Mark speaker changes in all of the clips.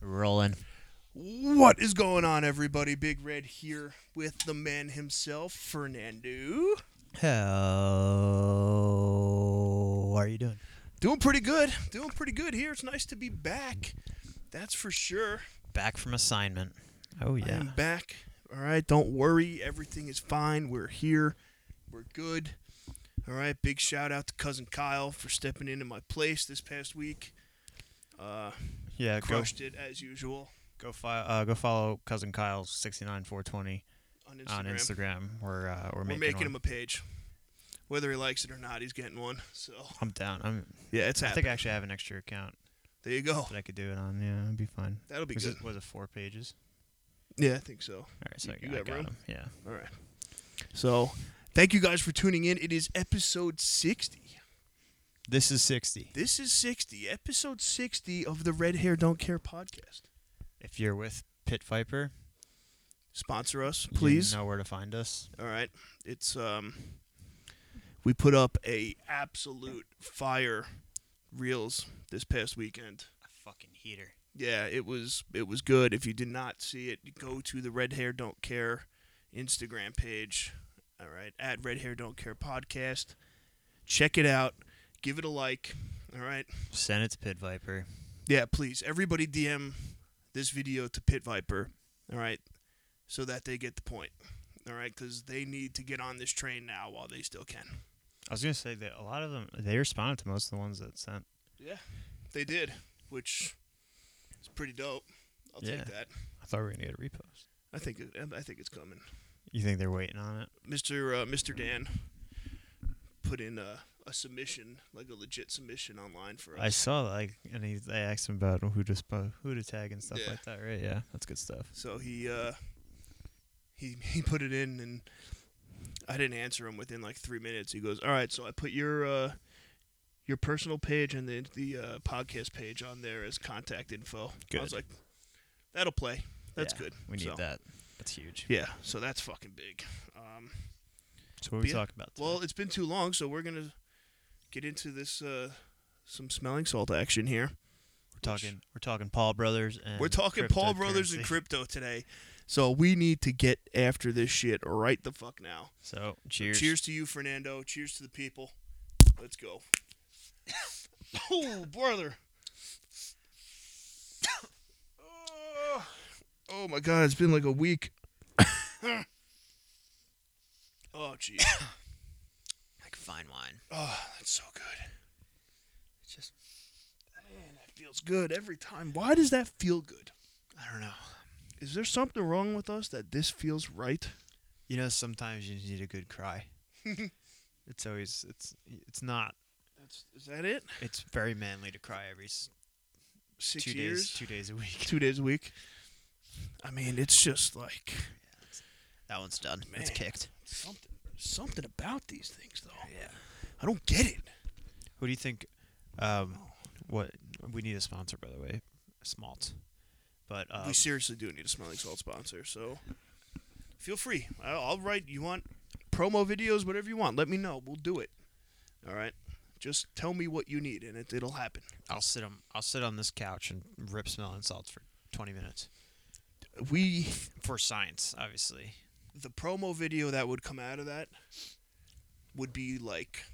Speaker 1: Rolling.
Speaker 2: What is going on, everybody? Big Red here with the man himself, Fernando.
Speaker 1: How are you doing?
Speaker 2: Doing pretty good. Doing pretty good here. It's nice to be back. That's for sure.
Speaker 1: Back from assignment. Oh
Speaker 2: I am back. All right. Don't worry. Everything is fine. We're here. We're good. All right. Big shout out to cousin Kyle for stepping into my place this past week. Uh,
Speaker 3: Yeah, go
Speaker 2: crushed it as usual
Speaker 3: go, fi- uh, go follow cousin Kyle's sixty nine four twenty
Speaker 2: on
Speaker 3: on
Speaker 2: Instagram.
Speaker 3: Instagram. We're uh, we're,
Speaker 2: We're
Speaker 3: making,
Speaker 2: making
Speaker 3: one.
Speaker 2: him a page. Whether he likes it or not, he's getting one. So
Speaker 3: I'm down. I'm.
Speaker 2: yeah, it's
Speaker 3: I think
Speaker 2: happening.
Speaker 3: I actually have an extra account
Speaker 2: There you go.
Speaker 3: that I could do it on. Yeah, it'd be fine.
Speaker 2: That'll be
Speaker 3: was
Speaker 2: good.
Speaker 3: it was it four pages?
Speaker 2: Yeah, I think so.
Speaker 3: All right, so
Speaker 2: You-
Speaker 3: I
Speaker 2: you
Speaker 3: got, I
Speaker 2: got room?
Speaker 3: got 'em, Yeah.
Speaker 2: All right. So, thank you guys for tuning in. It is episode 60.
Speaker 3: This is sixty.
Speaker 2: This is 60, episode 60 of the Red Hair Don't Care podcast.
Speaker 3: If you're with Pit Viper,
Speaker 2: Sponsor us, please.
Speaker 3: you know where to find us.
Speaker 2: All right. It's um we put up a absolute fire reels this past weekend.
Speaker 3: A fucking heater.
Speaker 2: Yeah, it was it was good. If you did not see it, go to the Red Hair Don't Care Instagram page. All right, at Red Hair Don't Care podcast. Check it out. Give it a like. All right.
Speaker 3: Send it to Pit Viper.
Speaker 2: Yeah, please. Everybody DM this video to Pit Viper. All right, so that they get the point. All right, because they need to get on this train now while they still can.
Speaker 3: I was gonna say that a lot of them they responded to most of the ones that sent.
Speaker 2: They did, which is pretty dope. I'll
Speaker 3: Yeah.
Speaker 2: take that.
Speaker 3: I thought we were gonna get a repost.
Speaker 2: I think it, I think it's coming.
Speaker 3: You think they're waiting on it?
Speaker 2: Mr. Uh, Mr. Dan put in a, a submission, like a legit submission online for
Speaker 3: I
Speaker 2: us.
Speaker 3: saw like, and he they asked him about who to spo- who to tag and stuff
Speaker 2: Yeah.
Speaker 3: like that, right? Yeah, that's good stuff.
Speaker 2: So he uh, he he put it in, and I didn't answer him within like three minutes. He goes, "All right, so I put your uh, your personal page and the the uh, podcast page on there as contact info." I was
Speaker 3: Good.
Speaker 2: like, "That'll play. That's
Speaker 3: Yeah,
Speaker 2: good.
Speaker 3: We need
Speaker 2: So,
Speaker 3: that. That's huge.
Speaker 2: Yeah, so that's fucking big. Um,
Speaker 3: So what
Speaker 2: But
Speaker 3: we
Speaker 2: yeah,
Speaker 3: talk about? today?
Speaker 2: Well, it's been too long, so we're gonna get into this uh, some smelling salt action here.
Speaker 3: we're talking we're talking Paul Brothers and
Speaker 2: We're talking Paul Brothers and
Speaker 3: cryptocurrency.
Speaker 2: crypto today, so we need to get after this shit right the fuck now.
Speaker 3: So cheers.
Speaker 2: Cheers to you, Fernando. Cheers to the people. Let's go. oh, brother. oh, oh my God, it's been like a week. oh, jeez.
Speaker 1: Like fine wine.
Speaker 2: Oh, that's so good.
Speaker 1: It's just
Speaker 2: Man, that feels good every time. Why does that feel good?
Speaker 1: I don't know.
Speaker 2: Is there something wrong with us that this feels right?
Speaker 3: You know, sometimes you need a good cry. it's always it's it's not
Speaker 2: That's is that it?
Speaker 3: it's very manly to cry every s-
Speaker 2: Six
Speaker 3: two
Speaker 2: years,
Speaker 3: days two days a week.
Speaker 2: two days a week. I mean, it's just like
Speaker 1: That one's done. It's
Speaker 2: Man.
Speaker 1: kicked.
Speaker 2: something, something about these things, though.
Speaker 1: Yeah.
Speaker 2: I don't get it.
Speaker 3: Who do you think? Um, what we need a sponsor, by the way, Smalt. But um,
Speaker 2: we seriously do need a smelling salt sponsor, so feel free. I'll, I'll write. You want promo videos, whatever you want. Let me know. We'll do it. All right. Just tell me what you need, and it, it'll happen.
Speaker 3: I'll sit on I'll sit on this couch and rip smelling salts for 20 minutes
Speaker 2: We
Speaker 3: for science, obviously.
Speaker 2: the promo video that would come out of that would be like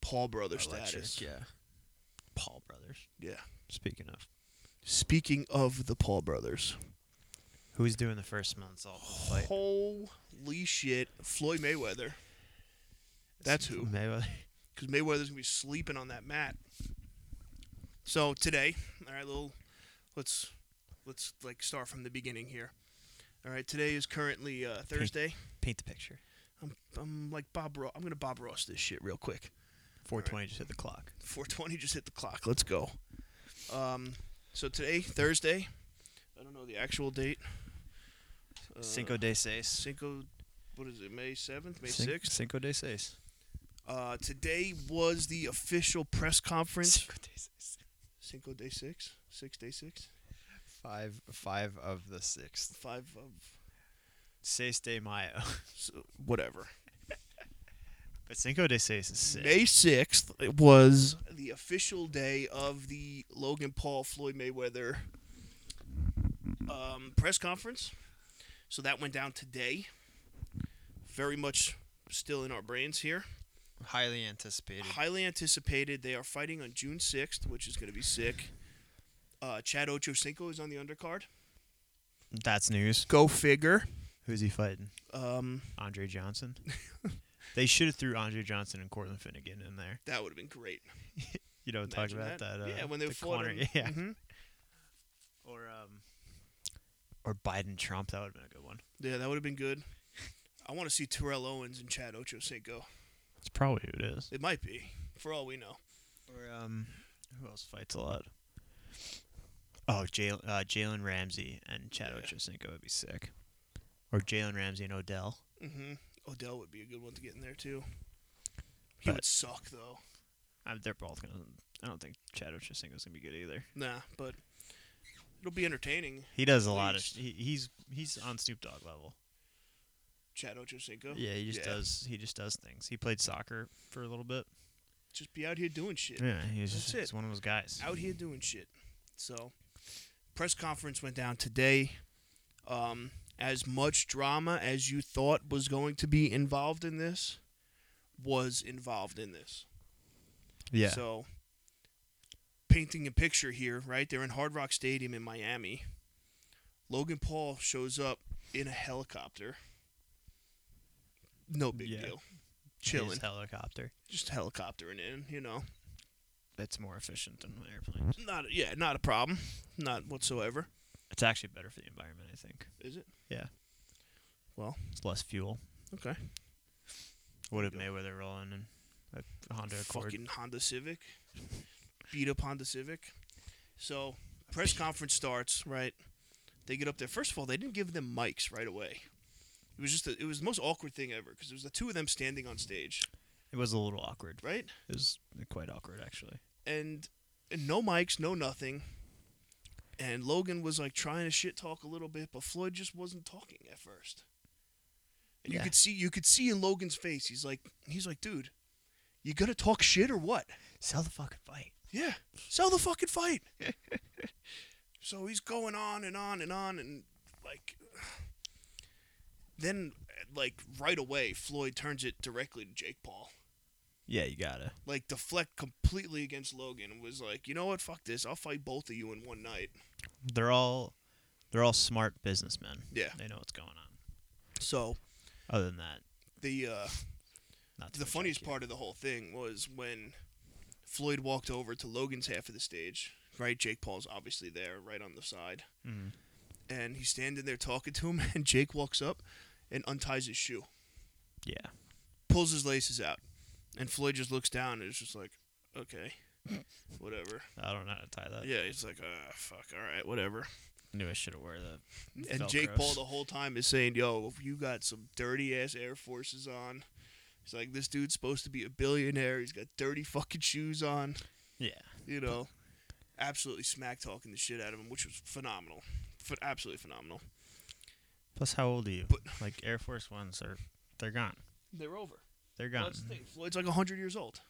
Speaker 2: Paul Brother status.
Speaker 3: yeah. Paul Brothers.
Speaker 2: Yeah.
Speaker 3: Speaking of,
Speaker 2: Speaking of the Paul Brothers,
Speaker 3: who's doing the first smelling salt fight?
Speaker 2: Oh, holy shit, Floyd Mayweather. That's who.
Speaker 3: Mayweather.
Speaker 2: because Mayweather's gonna be sleeping on that mat. So today, all right, little, let's let's like start from the beginning here. All right, today is currently uh, Thursday.
Speaker 3: Paint the picture.
Speaker 2: I'm, I'm like Bob Ross. I'm gonna Bob Ross this shit real quick.
Speaker 3: 420 just hit the clock.
Speaker 2: 420 just hit the clock. Let's go. Um, so today, Thursday. I don't know the actual date. Uh,
Speaker 3: Cinco de Seis.
Speaker 2: Cinco. What is it? May seventh, May
Speaker 3: Cin-
Speaker 2: sixth.
Speaker 3: Cinco de Seis.
Speaker 2: Uh, today was the official press conference.
Speaker 3: Cinco de Seis.
Speaker 2: Cinco day six, six day six,
Speaker 3: Five, five of the sixth.
Speaker 2: five of
Speaker 3: Seis de Mayo.
Speaker 2: so, whatever.
Speaker 3: But Cinco de Seis is sick.
Speaker 2: May sixth was the official day of the Logan Paul Floyd Mayweather um, press conference. So that went down today. Very much still in our brains here.
Speaker 3: Highly anticipated.
Speaker 2: Highly anticipated. They are fighting on June 6th, which is going to be sick. Uh, Chad Ochocinco is on the undercard.
Speaker 3: That's news.
Speaker 2: Go figure.
Speaker 3: Who's he fighting?
Speaker 2: Um,
Speaker 3: Andre Johnson. they should have threw Andre Johnson and Cortland Finnegan in there.
Speaker 2: that would have been great.
Speaker 3: You know, talk
Speaker 2: Imagine
Speaker 3: about that. uh,
Speaker 2: yeah, when they
Speaker 3: the
Speaker 2: were fought
Speaker 3: corner.
Speaker 2: him.
Speaker 3: Yeah.
Speaker 2: Mhm.
Speaker 3: Or um, or Biden Trump. That would have been a good one.
Speaker 2: Yeah, that would have been good. I want to see Terrell Owens and Chad Ochocinco.
Speaker 3: That's probably who it is.
Speaker 2: It might be, for all we know.
Speaker 3: Or um, who else fights a lot? Oh, Jalen uh, Jalen Ramsey and Chad
Speaker 2: Yeah.
Speaker 3: Ochocinco would be sick. Or Jalen Ramsey and Odell.
Speaker 2: hmm Odell would be a good one to get in there too. He
Speaker 3: But-
Speaker 2: would suck though.
Speaker 3: I, they're both gonna. I don't think Chad Ochocinco's gonna be good either.
Speaker 2: Nah, but it'll be entertaining.
Speaker 3: He does a lot of.
Speaker 2: Please.
Speaker 3: He, he's he's on Snoop Dogg level.
Speaker 2: Chad Ochocinco.
Speaker 3: Yeah, he just
Speaker 2: Yeah.
Speaker 3: does. He just does things. He played soccer for a little bit.
Speaker 2: Just be out here doing shit.
Speaker 3: Yeah, he's
Speaker 2: That's
Speaker 3: just he's
Speaker 2: it.
Speaker 3: one of those guys.
Speaker 2: Out here doing shit. So, press conference went down today. Um, as much drama as you thought was going to be involved in this was involved in this.
Speaker 3: Yeah,
Speaker 2: So, painting a picture here, right? They're in Hard Rock Stadium in Miami. Logan Paul shows up in a helicopter. No big
Speaker 3: Yeah.
Speaker 2: deal.
Speaker 3: His
Speaker 2: Chilling.
Speaker 3: helicopter.
Speaker 2: Just helicoptering in, you know.
Speaker 3: That's more efficient than airplanes.
Speaker 2: Not yeah, not a problem. Not whatsoever.
Speaker 3: It's actually better for the environment, I think.
Speaker 2: Is it?
Speaker 3: It's less fuel.
Speaker 2: Okay.
Speaker 3: What if
Speaker 2: you
Speaker 3: Mayweather rolling in a Honda Accord?
Speaker 2: Fucking Honda Civic. Beat up Honda Civic. So, press conference starts, right? They get up there. First of all, they didn't give them mics right away. It was just a, it was the most awkward thing ever because it was the two of them standing on stage,
Speaker 3: It was a little awkward.
Speaker 2: right?
Speaker 3: It was quite awkward actually.
Speaker 2: and, and no mics, no nothing. And Logan was like trying to shit talk a little bit, but Floyd just wasn't talking at first. And you
Speaker 3: Yeah.
Speaker 2: could see you could see in Logan's face, he's like he's like, dude, you gonna talk shit or what?
Speaker 3: Sell the fucking fight.
Speaker 2: Yeah. Sell the fucking fight. so he's going on and on and on and like then like right away Floyd turns it directly to Jake Paul
Speaker 3: Yeah, you gotta.
Speaker 2: like deflect completely against Logan and was like, you know what, fuck this, I'll fight both of you in one night.
Speaker 3: They're all they're all smart businessmen.
Speaker 2: Yeah.
Speaker 3: They know what's going on.
Speaker 2: So
Speaker 3: Other than that,
Speaker 2: the uh,
Speaker 3: not too
Speaker 2: the
Speaker 3: much
Speaker 2: funniest
Speaker 3: IQ.
Speaker 2: part of the whole thing was when Floyd walked over to Logan's half of the stage. Right, Jake Paul's obviously there, right on the side,
Speaker 3: Mhm.
Speaker 2: and he's standing there talking to him, and Jake walks up and unties his shoe,
Speaker 3: Yeah.
Speaker 2: pulls his laces out, and Floyd just looks down and is just like, okay, whatever.
Speaker 3: I don't know how to tie that.
Speaker 2: Yeah, he's like, ah, fuck, all right, whatever.
Speaker 3: Knew I should have wear the
Speaker 2: And Jake Paul
Speaker 3: Velcros.
Speaker 2: the whole time is saying, "Yo, you got some dirty ass Air Forces on." He's like, "This dude's supposed to be a billionaire. He's got dirty fucking shoes on."
Speaker 3: Yeah.
Speaker 2: You know, absolutely smack talking the shit out of him, which was phenomenal, Ph absolutely phenomenal.
Speaker 3: Plus, how old are you?
Speaker 2: But-
Speaker 3: like Air Force Ones are they're gone.
Speaker 2: They're over.
Speaker 3: They're gone.
Speaker 2: Well, that's the thing. Floyd's like hundred years old,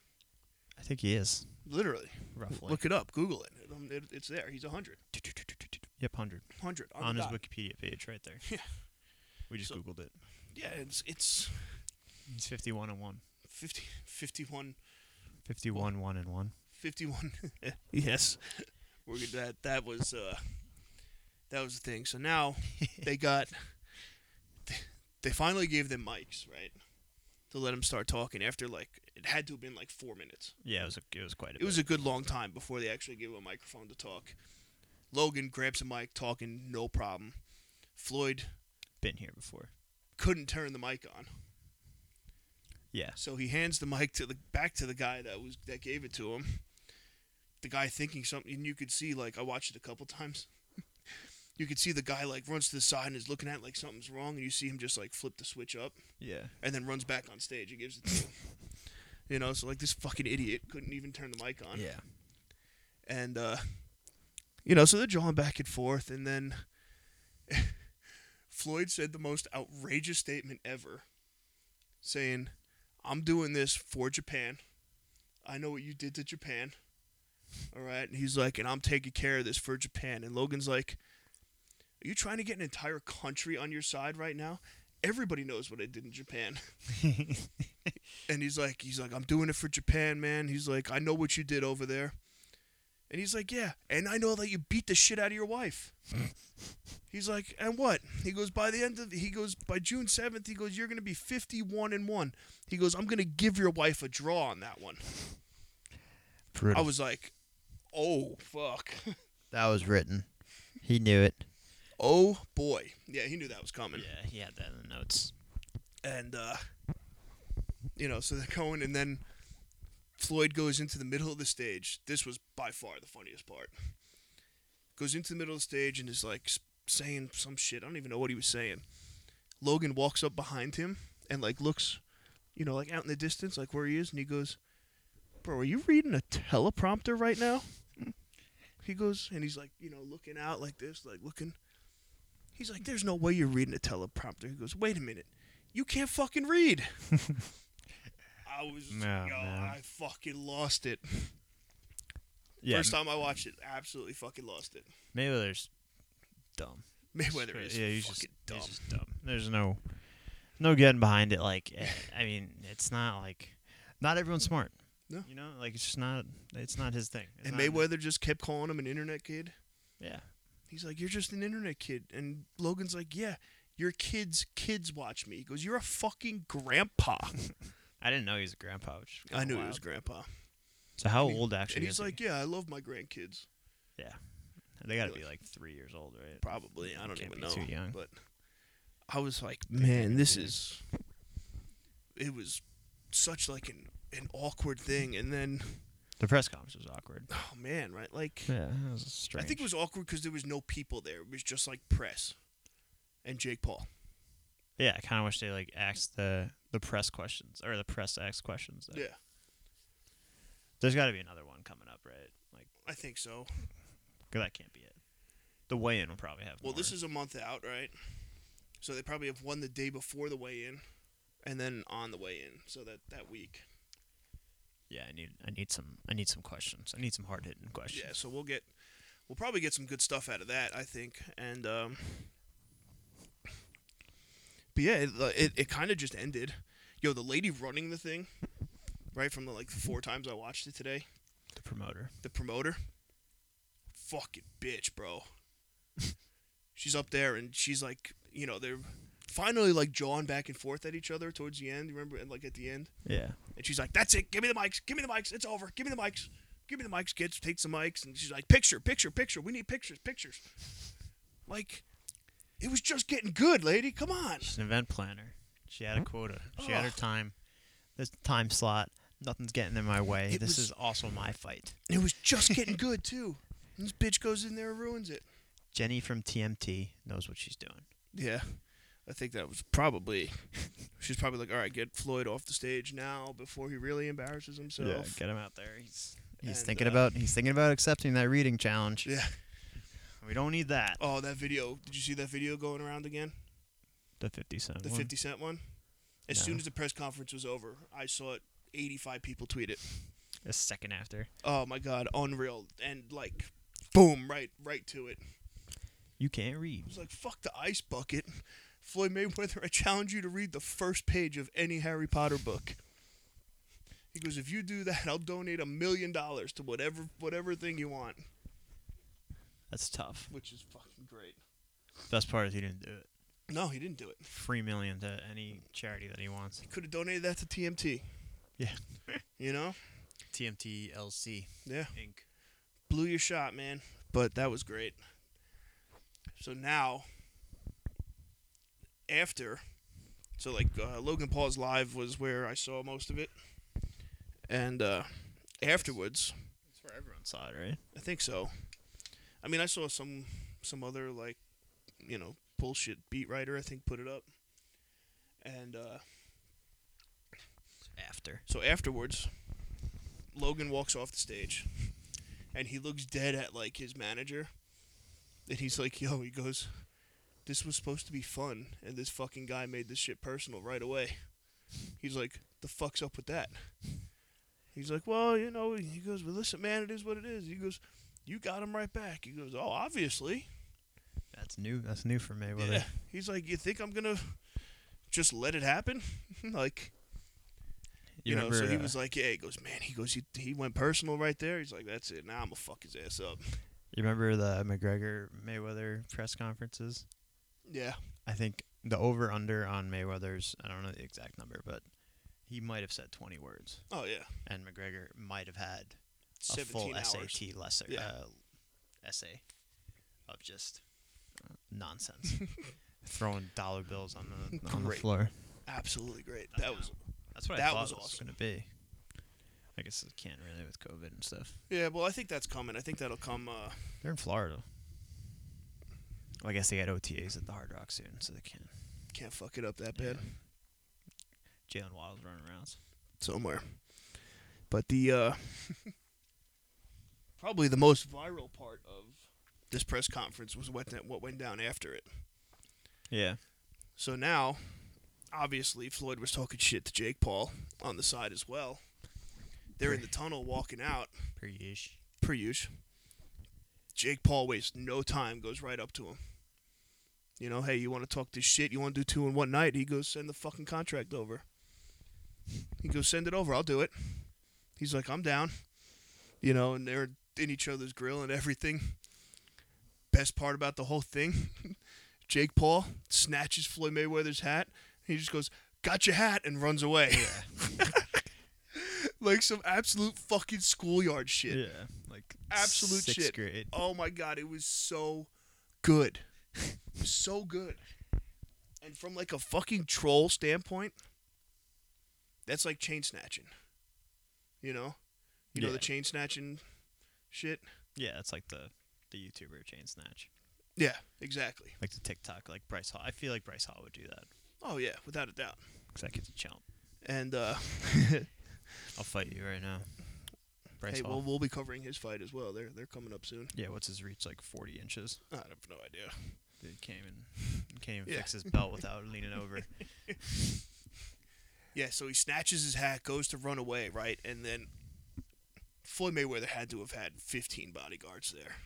Speaker 3: I think he is
Speaker 2: literally.
Speaker 3: roughly.
Speaker 2: Look it up. Google it. It- um, it- it's there. He's 100.
Speaker 3: Yep, hundred
Speaker 2: 100 on,
Speaker 3: on
Speaker 2: the
Speaker 3: his
Speaker 2: dot.
Speaker 3: Wikipedia page right there.
Speaker 2: Yeah.
Speaker 3: We just
Speaker 2: So- Mm.
Speaker 3: googled it.
Speaker 2: Yeah, it's it's
Speaker 3: He's fifty-one and one.
Speaker 2: 50, 51
Speaker 3: Fifty-one one and one.
Speaker 2: 51 yes we're good that that was uh that was the thing so now they got they finally gave them mics right to let them start talking after like it had to have been like four minutes
Speaker 3: Yeah, it was a, it was quite a.
Speaker 2: it was a good long time before they actually gave him a microphone to talk logan grabs a mic talking no problem floyd
Speaker 3: been here before.
Speaker 2: couldn't turn the mic on
Speaker 3: Yeah.
Speaker 2: So he hands the mic to the back to the guy that was that gave it to him. The guy thinking something, and you could see like I watched it a couple times. you could see the guy like runs to the side and is looking at it like something's wrong, and you see him just like flip the switch up
Speaker 3: Yeah.
Speaker 2: and then runs back on stage and gives it to him. you know, so like this fucking idiot couldn't even turn the mic on,
Speaker 3: Yeah.
Speaker 2: and uh, you know, so they're drawing back and forth, and then Floyd said the most outrageous statement ever, saying, "I'm doing this for Japan. I know what you did to Japan. All right." And he's like, "And I'm taking care of this for Japan." And Logan's like, Are you trying to get an entire country on your side right now? Everybody knows what I did in Japan. and he's like, he's like, I'm doing it for Japan, man. He's like, I know what you did over there. And he's like, yeah, and I know that you beat the shit out of your wife. he's like, and what? He goes by the end of he goes by June seventh. He goes, you're gonna be 51 and one. He goes, I'm gonna give your wife a draw on that one. I
Speaker 4: Brutal.
Speaker 2: was like, oh fuck.
Speaker 4: that was written. He knew it.
Speaker 2: Oh boy. Yeah, he knew that was coming.
Speaker 3: yeah, he had that in the notes.
Speaker 2: And uh you know, so they're going and then Floyd goes into the middle of the stage. This was by far the funniest part. Goes into the middle of the stage and is like s- saying some shit. I don't even know what he was saying. Logan walks up behind him and like looks, you know, like out in the distance, like where he is, and he goes, "Bro, are you reading a teleprompter right now?" He goes and he's like, you know, looking out like this, like looking. He's like, "There's no way you're reading a teleprompter." He goes, "Wait a minute, you can't fucking read." I was,
Speaker 3: No,
Speaker 2: yo,
Speaker 3: man.
Speaker 2: I fucking lost it.
Speaker 3: Yeah,
Speaker 2: First time I watched it, absolutely fucking lost it.
Speaker 3: Mayweather's dumb.
Speaker 2: Mayweather
Speaker 3: Straight-
Speaker 2: is
Speaker 3: yeah, he's
Speaker 2: fucking
Speaker 3: just,
Speaker 2: dumb.
Speaker 3: He's just dumb. There's no, no getting behind it. Like, eh, I mean, it's not like, not everyone's smart.
Speaker 2: No.
Speaker 3: You know, like it's just not. It's not his thing. It's
Speaker 2: and
Speaker 3: not-
Speaker 2: Mayweather just kept calling him an internet kid.
Speaker 3: Yeah.
Speaker 2: He's like, "You're just an internet kid." And Logan's like, "Yeah, your kids' kids watch me." He goes, "You're a fucking grandpa."
Speaker 3: Oh, I didn't know he was a grandpa. Which is
Speaker 2: I
Speaker 3: kinda
Speaker 2: knew he
Speaker 3: wild.
Speaker 2: was grandpa.
Speaker 3: So how
Speaker 2: And he-
Speaker 3: old actually?
Speaker 2: And he's
Speaker 3: is
Speaker 2: like, "Yeah, I love my grandkids."
Speaker 3: he? they got to
Speaker 2: like-
Speaker 3: be like three years old, right?
Speaker 2: Probably, I don't
Speaker 3: Can't be
Speaker 2: even know.
Speaker 3: too young.
Speaker 2: But I was like, "Man, this is." It was such like an an awkward thing, and then
Speaker 3: The press conference was awkward.
Speaker 2: oh man, right? Like
Speaker 3: Yeah, that was strange.
Speaker 2: I think it was awkward because there was no people there. It was just like press and Jake Paul.
Speaker 3: Yeah, I kind of wish they like asked the the press questions or the press asked questions. though.
Speaker 2: Yeah,
Speaker 3: There's got to be another one coming up, right? Like,
Speaker 2: I think so.
Speaker 3: 'cause that can't be it. The weigh-in will probably have.
Speaker 2: Well, this
Speaker 3: more.
Speaker 2: is a month out, right? So they probably have one the day before the weigh in, and then on the weigh in. So that that week.
Speaker 3: Yeah, I need I need some I need some questions. I need some hard hitting questions.
Speaker 2: Yeah. So we'll get, we'll probably get some good stuff out of that, I think. And um, but yeah, it it, it kind of just ended. Yo, the lady running the thing, right from the like four times I watched it today.
Speaker 3: The promoter.
Speaker 2: the promoter, fucking bitch, bro. she's up there and she's like, you know, they're finally like jawing back and forth at each other towards the end. Remember, and like at the end,
Speaker 3: Yeah.
Speaker 2: and she's like, "That's it. Give me the mics. Give me the mics. It's over. Give me the mics. Give me the mics. Kids, take some mics." And she's like, "Picture, picture, picture. We need pictures, pictures." Like, it was just getting good, lady. Come on.
Speaker 3: She's an event planner. She had a quota. She had her
Speaker 2: Ugh.
Speaker 3: time. This time slot. Nothing's getting in my way.
Speaker 2: It
Speaker 3: this
Speaker 2: was-
Speaker 3: is also my fight.
Speaker 2: It was just getting good too. And this bitch goes in there and ruins it.
Speaker 3: Jenny from TMT knows what she's doing.
Speaker 2: Yeah. I think that was probably she's probably like, all right, get Floyd off the stage now before he really embarrasses himself.
Speaker 3: get him out there. He's he's
Speaker 2: And,
Speaker 3: thinking
Speaker 2: uh,
Speaker 3: about he's thinking about accepting that reading challenge.
Speaker 2: Yeah.
Speaker 3: We don't need that.
Speaker 2: Oh, that video. Did you see that video going around again?
Speaker 3: The fifty cent.
Speaker 2: The
Speaker 3: one.
Speaker 2: 50 Cent one? As
Speaker 3: No.
Speaker 2: soon as the press conference was over, I saw it. 85 people tweet it.
Speaker 3: A second after.
Speaker 2: Oh my god, unreal. And like boom, right right to it.
Speaker 3: You can't read.
Speaker 2: It was like fuck the ice bucket. Floyd Mayweather, I challenge you to read the first page of any Harry Potter book. He goes, if you do that, I'll donate a million dollars to whatever whatever thing you want,
Speaker 3: That's tough.
Speaker 2: which is fucking great.
Speaker 3: Best part is he didn't do it.
Speaker 2: No, he didn't do it.
Speaker 3: Free million to any charity that he wants.
Speaker 2: Could have donated that to TMT.
Speaker 3: Yeah.
Speaker 2: You know,
Speaker 3: TMT LC
Speaker 2: yeah,
Speaker 3: Inc.
Speaker 2: blew your shot, man. But that was great. So now, after, so like uh, Logan Paul's live was where I saw most of it, and uh, afterwards,
Speaker 3: That's where everyone saw it, right?
Speaker 2: I think so. I mean, I saw some some other like, you know, bullshit beat writer. I think put it up, and uh,
Speaker 3: After.
Speaker 2: so afterwards, Logan walks off the stage, and he looks dead at like his manager, and he's like, "Yo," he goes, "This was supposed to be fun, and this fucking guy made this shit personal right away." He's like, "The fuck's up with that?" He's like, "Well, you know," he goes, "Well, listen, man, it is what it is." He goes, "You got him right back." He goes, "Oh, obviously."
Speaker 3: That's That's new. That's new for me.
Speaker 2: Yeah. He's like, you think I'm gonna just let it happen? like, you, know. So he
Speaker 3: uh,
Speaker 2: was like, yeah. He goes, man. He goes, he, he went personal right there. He's like, that's it. Now I'm gonna fuck his ass up.
Speaker 3: You remember the McGregor Mayweather press conferences?
Speaker 2: Yeah.
Speaker 3: I think the over under on Mayweather's I don't know the exact number, but he might have said 20 words,
Speaker 2: Oh yeah.
Speaker 3: and McGregor might have had a
Speaker 2: 17
Speaker 3: full
Speaker 2: hours.
Speaker 3: SAT lesser
Speaker 2: Yeah.
Speaker 3: uh, essay of just uh, nonsense, throwing dollar bills on the on the
Speaker 2: Great.
Speaker 3: floor.
Speaker 2: Absolutely great.
Speaker 3: I
Speaker 2: That
Speaker 3: know.
Speaker 2: was
Speaker 3: That's what
Speaker 2: That
Speaker 3: I thought
Speaker 2: was
Speaker 3: it was
Speaker 2: awesome.
Speaker 3: going to be. I guess it can't really with COVID and stuff.
Speaker 2: yeah. Well, I think that's coming. I think that'll come. Uh,
Speaker 3: They're in Florida. Well, I guess they got OTAs at the Hard Rock soon, so they can't.
Speaker 2: can't fuck it up that bad
Speaker 3: Jalen Waddle's running around.
Speaker 2: somewhere. But the uh, probably the most viral part of this press conference was what that, what went down after it.
Speaker 3: Yeah.
Speaker 2: So now, obviously, Floyd was talking shit to Jake Paul on the side as well. They're in the tunnel walking out,
Speaker 3: Pretty ish.
Speaker 2: per usual. Jake Paul wastes no time, goes right up to him. You know, hey, you want to talk this shit? You want to do two in one night? He goes, send the fucking contract over. He goes, send it over. I'll do it. He's like, I'm down. You know, and they're in each other's grill and everything. Best part about the whole thing Jake Paul snatches Floyd Mayweather's hat. He just goes, Got your hat, and runs away. like some absolute fucking schoolyard shit.
Speaker 3: Yeah. Like
Speaker 2: Absolute
Speaker 3: sixth
Speaker 2: shit.
Speaker 3: grade.
Speaker 2: Oh my god, it was so good. so good. And from like a fucking troll standpoint, that's like chain snatching. You know? You know
Speaker 3: Yeah.
Speaker 2: the chain snatching shit?
Speaker 3: Yeah, it's like the the YouTuber chain snatch,
Speaker 2: Yeah, exactly.
Speaker 3: like the TikTok, like Bryce Hall. I feel like Bryce Hall would do that
Speaker 2: Oh yeah, without a doubt.
Speaker 3: because that kid's a chump.
Speaker 2: And uh
Speaker 3: I'll fight you right now. Bryce
Speaker 2: hey,
Speaker 3: Hall.
Speaker 2: well we'll be covering his fight as well. They're they're coming up soon.
Speaker 3: yeah, what's his reach? Like forty inches.
Speaker 2: I have no idea.
Speaker 3: Dude can't even can't even
Speaker 2: Yeah.
Speaker 3: fix his belt without leaning over.
Speaker 2: Yeah, so he snatches his hat, goes to run away, right? And then Floyd Mayweather had to have had 15 bodyguards there.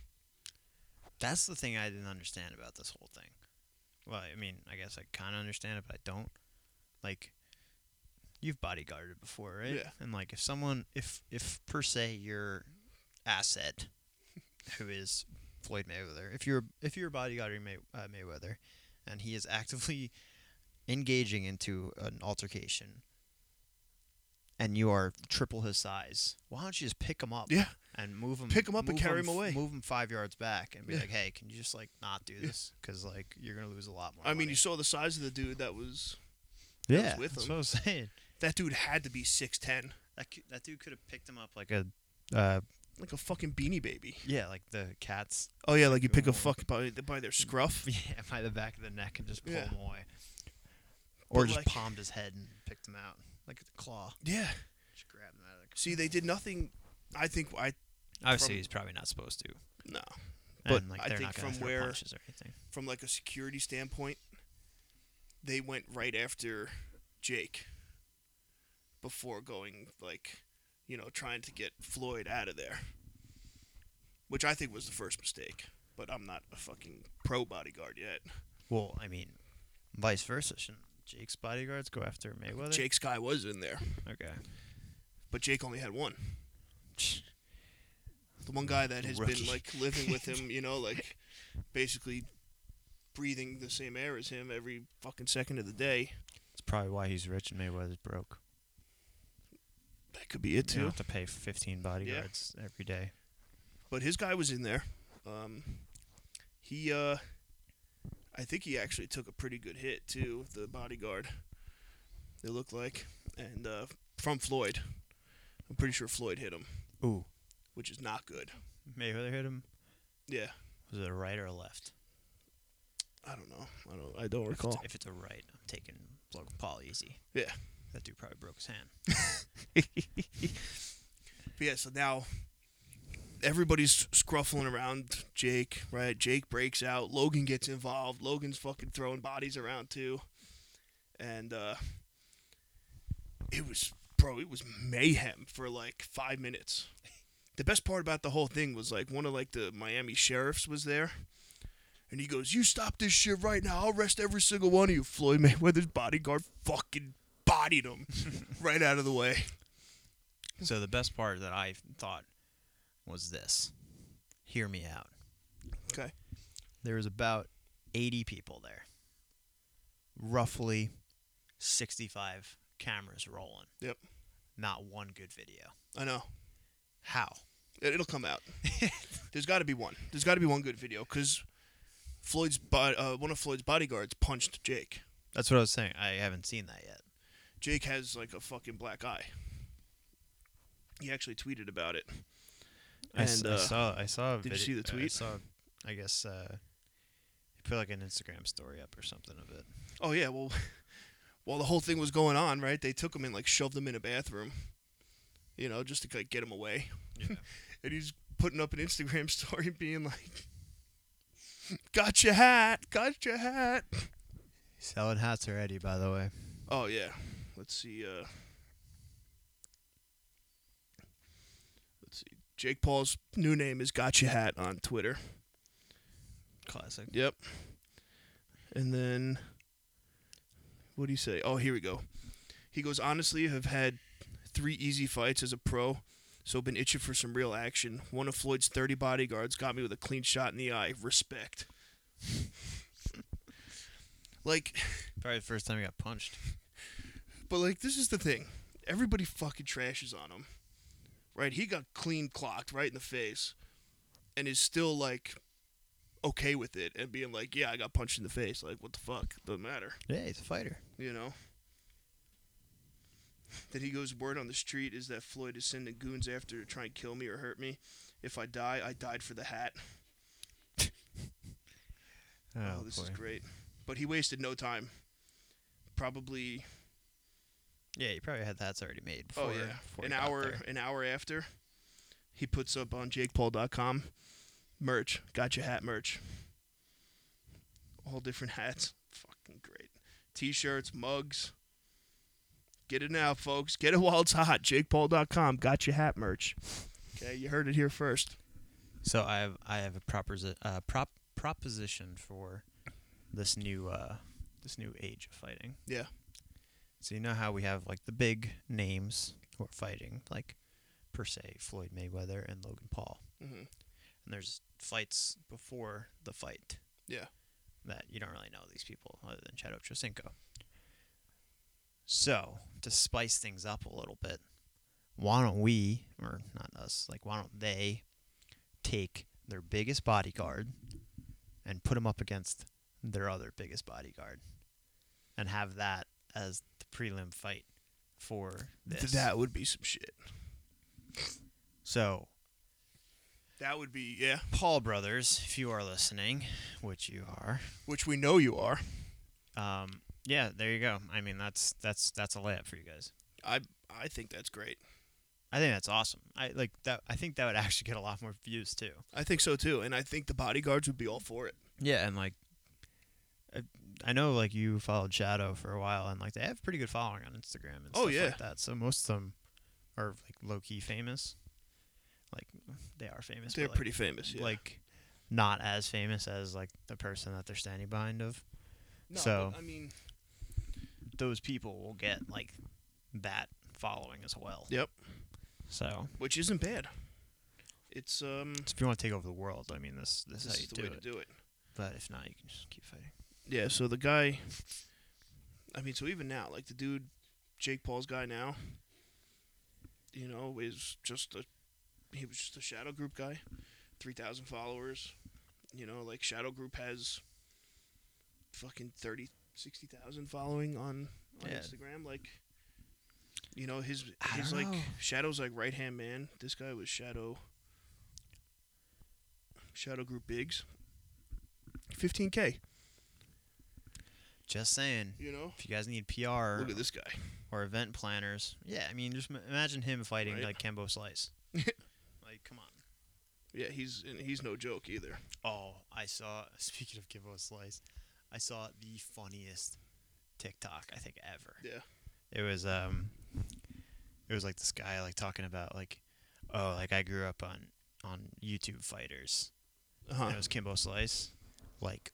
Speaker 3: That's the thing I didn't understand about this whole thing. Well, I mean, I guess I kind of understand it, but I don't. Like, you've bodyguarded before, right?
Speaker 2: Yeah.
Speaker 3: And like, if someone, if if per se your asset, who is Floyd Mayweather, if you're if you're bodyguarding May, uh, Mayweather, and he is actively engaging into an altercation, and you are triple his size, why don't you just pick him up?
Speaker 2: Yeah.
Speaker 3: and move him,
Speaker 2: Pick 'em up and carry 'em away.
Speaker 3: move him five yards back, and be
Speaker 2: Yeah.
Speaker 3: like, "Hey, can you just like not do this? Because like you're gonna lose a lot more."
Speaker 2: I mean,
Speaker 3: money."
Speaker 2: you saw the size of the dude that was. was
Speaker 3: yeah,
Speaker 2: with
Speaker 3: that's
Speaker 2: him.
Speaker 3: what I'm saying.
Speaker 2: That dude had to be six ten,
Speaker 3: That cu- that dude could have picked him up like a, uh,
Speaker 2: like a fucking beanie baby.
Speaker 3: yeah, like the cats,
Speaker 2: Oh yeah, like you pick a
Speaker 3: Cool.
Speaker 2: fuck by, by their scruff.
Speaker 3: yeah, by the back of the neck and just pull
Speaker 2: Yeah.
Speaker 3: him away, or
Speaker 2: But,
Speaker 3: just
Speaker 2: like-
Speaker 3: palmed his head and picked him out like the claw,
Speaker 2: Yeah.
Speaker 3: just grabbed him out of the.
Speaker 2: See, they did nothing. I think I Obviously, he's
Speaker 3: probably not supposed to,
Speaker 2: no
Speaker 3: but
Speaker 2: But
Speaker 3: and, like
Speaker 2: I
Speaker 3: they're
Speaker 2: think
Speaker 3: not gonna
Speaker 2: from
Speaker 3: throw
Speaker 2: where-
Speaker 3: punches or anything.
Speaker 2: from like a security standpoint. They went right after Jake before going like, you know, trying to get Floyd out of there, which I think was the first mistake. But I'm not a fucking pro bodyguard yet.
Speaker 3: Well, I mean, vice versa. Shouldn't Jake's bodyguards go after Mayweather?
Speaker 2: Jake's guy was in there,
Speaker 3: okay.
Speaker 2: but Jake only had one. the one guy that has
Speaker 3: Rookie.
Speaker 2: been like living with him, you know, like basically breathing the same air as him every fucking second of the day.
Speaker 3: It's probably why he's rich and Mayweather's broke.
Speaker 2: That could be it
Speaker 3: You
Speaker 2: too.
Speaker 3: don't have to pay 15 bodyguards every day.
Speaker 2: But his guy was in there. Um, he, uh, I think he actually took a pretty good hit too. The bodyguard, it looked like, and uh, from Floyd, I'm pretty sure Floyd hit him,
Speaker 3: Ooh.
Speaker 2: which is not good.
Speaker 3: Mayweather hit him.
Speaker 2: Yeah,
Speaker 3: Was it a right or a left?
Speaker 2: I don't know. I don't. I don't
Speaker 3: If it's-
Speaker 2: recall.
Speaker 3: If it's a right, I'm taking Logan Paul easy.
Speaker 2: Yeah.
Speaker 3: That dude probably broke his hand.
Speaker 2: But yeah, so now everybody's scruffling around Jake, right? Jake breaks out. Logan gets involved. Logan's fucking throwing bodies around too. And uh it was bro, it was mayhem for like 5 minutes. The best part about the whole thing was like one of like the Miami sheriffs was there. and he goes, "You stop this shit right now. I'll arrest every single one of you." Floyd Mayweather's bodyguard fucking bodied him right out of the way.
Speaker 3: So the best part that I thought was this. Hear me out.
Speaker 2: Okay.
Speaker 3: There was about 80 people there. Roughly 65 cameras rolling.
Speaker 2: Yep.
Speaker 3: Not one good video.
Speaker 2: I know.
Speaker 3: How?
Speaker 2: It- It'll come out. There's got to be one. There's got to be one good video because Floyd's bo- uh, one of Floyd's bodyguards punched Jake.
Speaker 3: That's what I was saying. I haven't seen that yet.
Speaker 2: Jake has like a fucking black eye. He actually tweeted about it.
Speaker 5: I, s-
Speaker 2: And,
Speaker 5: I
Speaker 2: uh,
Speaker 5: saw. I saw. A
Speaker 2: did you
Speaker 5: vide-
Speaker 2: see the
Speaker 3: I
Speaker 2: tweet?
Speaker 3: uh, saw, I guess, uh, he put like an Instagram story up or something of it.
Speaker 2: Oh yeah, well, while the whole thing was going on, right? They took him and like shoved him in a bathroom, you know, just to like get him away.
Speaker 3: Yeah.
Speaker 2: and he's putting up an Instagram story, being like, "Got your hat, got your hat."
Speaker 3: Selling hats already, by the way.
Speaker 2: Oh yeah, let's see. Uh, let's see. Jake Paul's new name is Gotcha Hat on Twitter.
Speaker 3: Classic.
Speaker 2: Yep. And then what do you say? Oh, here we go. He goes, honestly, have had three easy fights as a pro, so been itching for some real action. One of Floyd's 30 bodyguards got me with a clean shot in the eye. Respect. like,
Speaker 3: Probably the first time he got punched.
Speaker 2: but like, this is the thing. Everybody fucking trashes on him. Right? He got clean clocked right in the face and is still like okay with it and being like, yeah, I got punched in the face. Like, what the fuck? Doesn't matter.
Speaker 3: Yeah, he's a fighter.
Speaker 2: You know? Then he goes, word on the street is that Floyd is sending goons after to try and kill me or hurt me. If I die, I died for the hat. Oh, this is great. But he wasted no time. Probably
Speaker 3: Yeah, you probably had that's already made. Before,
Speaker 2: Oh yeah,
Speaker 3: before
Speaker 2: an
Speaker 3: you got
Speaker 2: hour
Speaker 3: there.
Speaker 2: an hour after, he puts up on JakePaul.com merch. Got your hat merch. All different hats. Fucking great. T-shirts, mugs. Get it now, folks. Get it while it's hot. JakePaul.com. Got your hat merch. Okay, you heard it here first.
Speaker 3: So I have I have a proposi- uh, prop proposition for this new uh, this new age of fighting.
Speaker 2: Yeah.
Speaker 3: So you know how we have like the big names who are fighting, like per se Floyd Mayweather and Logan Paul,
Speaker 2: Mm-hmm.
Speaker 3: and there's fights before the fight.
Speaker 2: Yeah.
Speaker 3: That you don't really know these people other than Chad Ochocinco. So to spice things up a little bit, why don't we, or not us, like why don't they take their biggest bodyguard and put him up against their other biggest bodyguard and have that as the prelim fight for this.
Speaker 2: That would be some shit.
Speaker 3: So
Speaker 2: That would be yeah.
Speaker 3: Paul brothers, if you are listening, which you are,
Speaker 2: Which we know you are.
Speaker 3: um, yeah, there you go. I mean, that's that's that's a layup for you guys.
Speaker 2: I I think that's great.
Speaker 3: I think that's awesome. I like that. I think that would actually get a lot more views too.
Speaker 2: I think so too, and I think the bodyguards would be all for it.
Speaker 3: Yeah, and like, I, I know like you followed Shadow for a while, and like they have pretty good following on Instagram and
Speaker 2: Oh,
Speaker 3: stuff
Speaker 2: yeah.
Speaker 3: like that. So most of them are like low key famous. Like they are famous.
Speaker 2: They're
Speaker 3: but, like,
Speaker 2: pretty famous. Yeah.
Speaker 3: like not as famous as like the person that they're standing behind of.
Speaker 2: No,
Speaker 3: So-
Speaker 2: but, I mean,
Speaker 3: Those people will get like that following as well.
Speaker 2: Yep.
Speaker 3: So,
Speaker 2: which isn't bad. It's um,
Speaker 3: if you want to take over the world, I mean, this this,
Speaker 2: this
Speaker 3: is how
Speaker 2: is
Speaker 3: you
Speaker 2: the
Speaker 3: do
Speaker 2: way
Speaker 3: it.
Speaker 2: to do it.
Speaker 3: But if not, you can just keep fighting.
Speaker 2: Yeah. So the guy, I mean, so even now, like the dude, Jake Paul's guy now, you know, is just a he was just a shadow group guy, three thousand followers. You know, like shadow group has fucking 30, 60,000 following on on
Speaker 3: Yeah.
Speaker 2: Instagram. Like, you know, his
Speaker 3: I
Speaker 2: he's
Speaker 3: don't
Speaker 2: like
Speaker 3: know.
Speaker 2: Shadow's like right hand man. This guy was Shadow. Shadow Group Biggs. 15k.
Speaker 3: Just saying.
Speaker 2: You know,
Speaker 3: If you guys need PR
Speaker 2: look at this guy.
Speaker 3: or event planners, yeah, I mean, just m- imagine him fighting
Speaker 2: Right.
Speaker 3: like Kembo Slice. like, come on.
Speaker 2: Yeah, he's and he's no joke either.
Speaker 3: Oh, I saw. Speaking of Kimbo Slice, I saw the funniest TikTok I think ever.
Speaker 2: Yeah.
Speaker 3: It was um, it was like this guy like talking about like, oh, like I grew up on on YouTube fighters.
Speaker 2: Uh-huh.
Speaker 3: And it was Kimbo Slice. like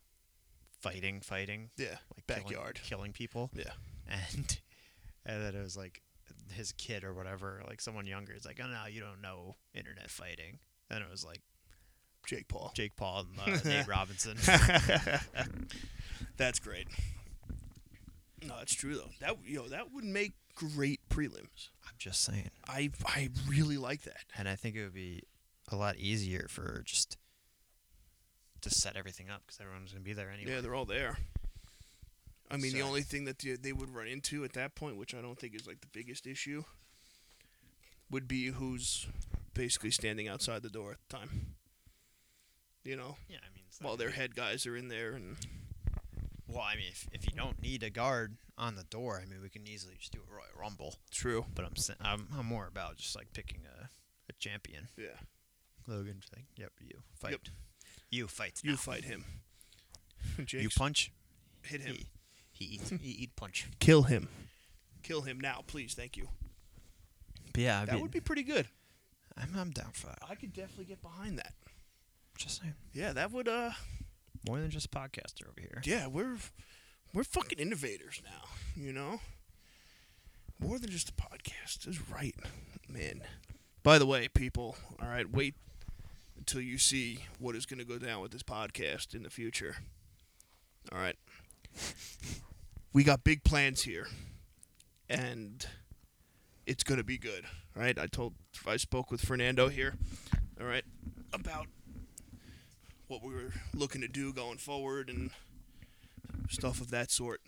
Speaker 3: fighting, fighting,
Speaker 2: Yeah.
Speaker 3: like killing-
Speaker 2: Backyard.
Speaker 3: killing people.
Speaker 2: Yeah.
Speaker 3: and and then it was like his kid or whatever, like someone younger, is like, oh no, you don't know internet fighting. And it was like
Speaker 2: Jake Paul.
Speaker 3: Jake Paul and uh, Nate Robinson.
Speaker 2: That's great. No, it's true though. That yo, that would make great prelims.
Speaker 3: I'm just saying,
Speaker 2: I I really like that.
Speaker 3: and I think it would be a lot easier for just to set everything up because everyone's gonna be there anyway.
Speaker 2: Yeah, they're all there. I mean, the
Speaker 3: So-
Speaker 2: only thing that they- they would run into at that point, which I don't think is like the biggest issue, would be who's basically standing outside the door at the time. You know,
Speaker 3: Yeah, I mean, it's not
Speaker 2: while
Speaker 3: gonna
Speaker 2: their head guys are in there, and
Speaker 3: be- well, I mean, if, if you don't need a guard on the door, I mean, we can easily just do a Royal Rumble.
Speaker 2: true.
Speaker 3: But I'm sa- I'm, I'm more about just like picking a, a champion.
Speaker 2: Yeah,
Speaker 3: Logan's like, yep, you fight. You fight.
Speaker 2: you
Speaker 3: now.
Speaker 2: fight him.
Speaker 3: You
Speaker 2: Jake's
Speaker 3: punch.
Speaker 2: hit him.
Speaker 3: He, he eats. he eat punch.
Speaker 2: Kill him. Kill him now, please. Thank you.
Speaker 3: But yeah, I
Speaker 2: that would be pretty good.
Speaker 3: I'm, I'm down for that.
Speaker 2: I could definitely get behind that.
Speaker 3: Just saying,
Speaker 2: Yeah, that would. Uh,
Speaker 3: more than just a podcaster over here.
Speaker 2: yeah, we're we're fucking innovators now. You know, more than just a podcast is right, man. By the way, people, all right, wait until you see what is going to go down with this podcast in the future. All right, we got big plans here, and it's going to be good. All right, I told I spoke with Fernando here. All right, about what we were looking to do going forward and stuff of that sort.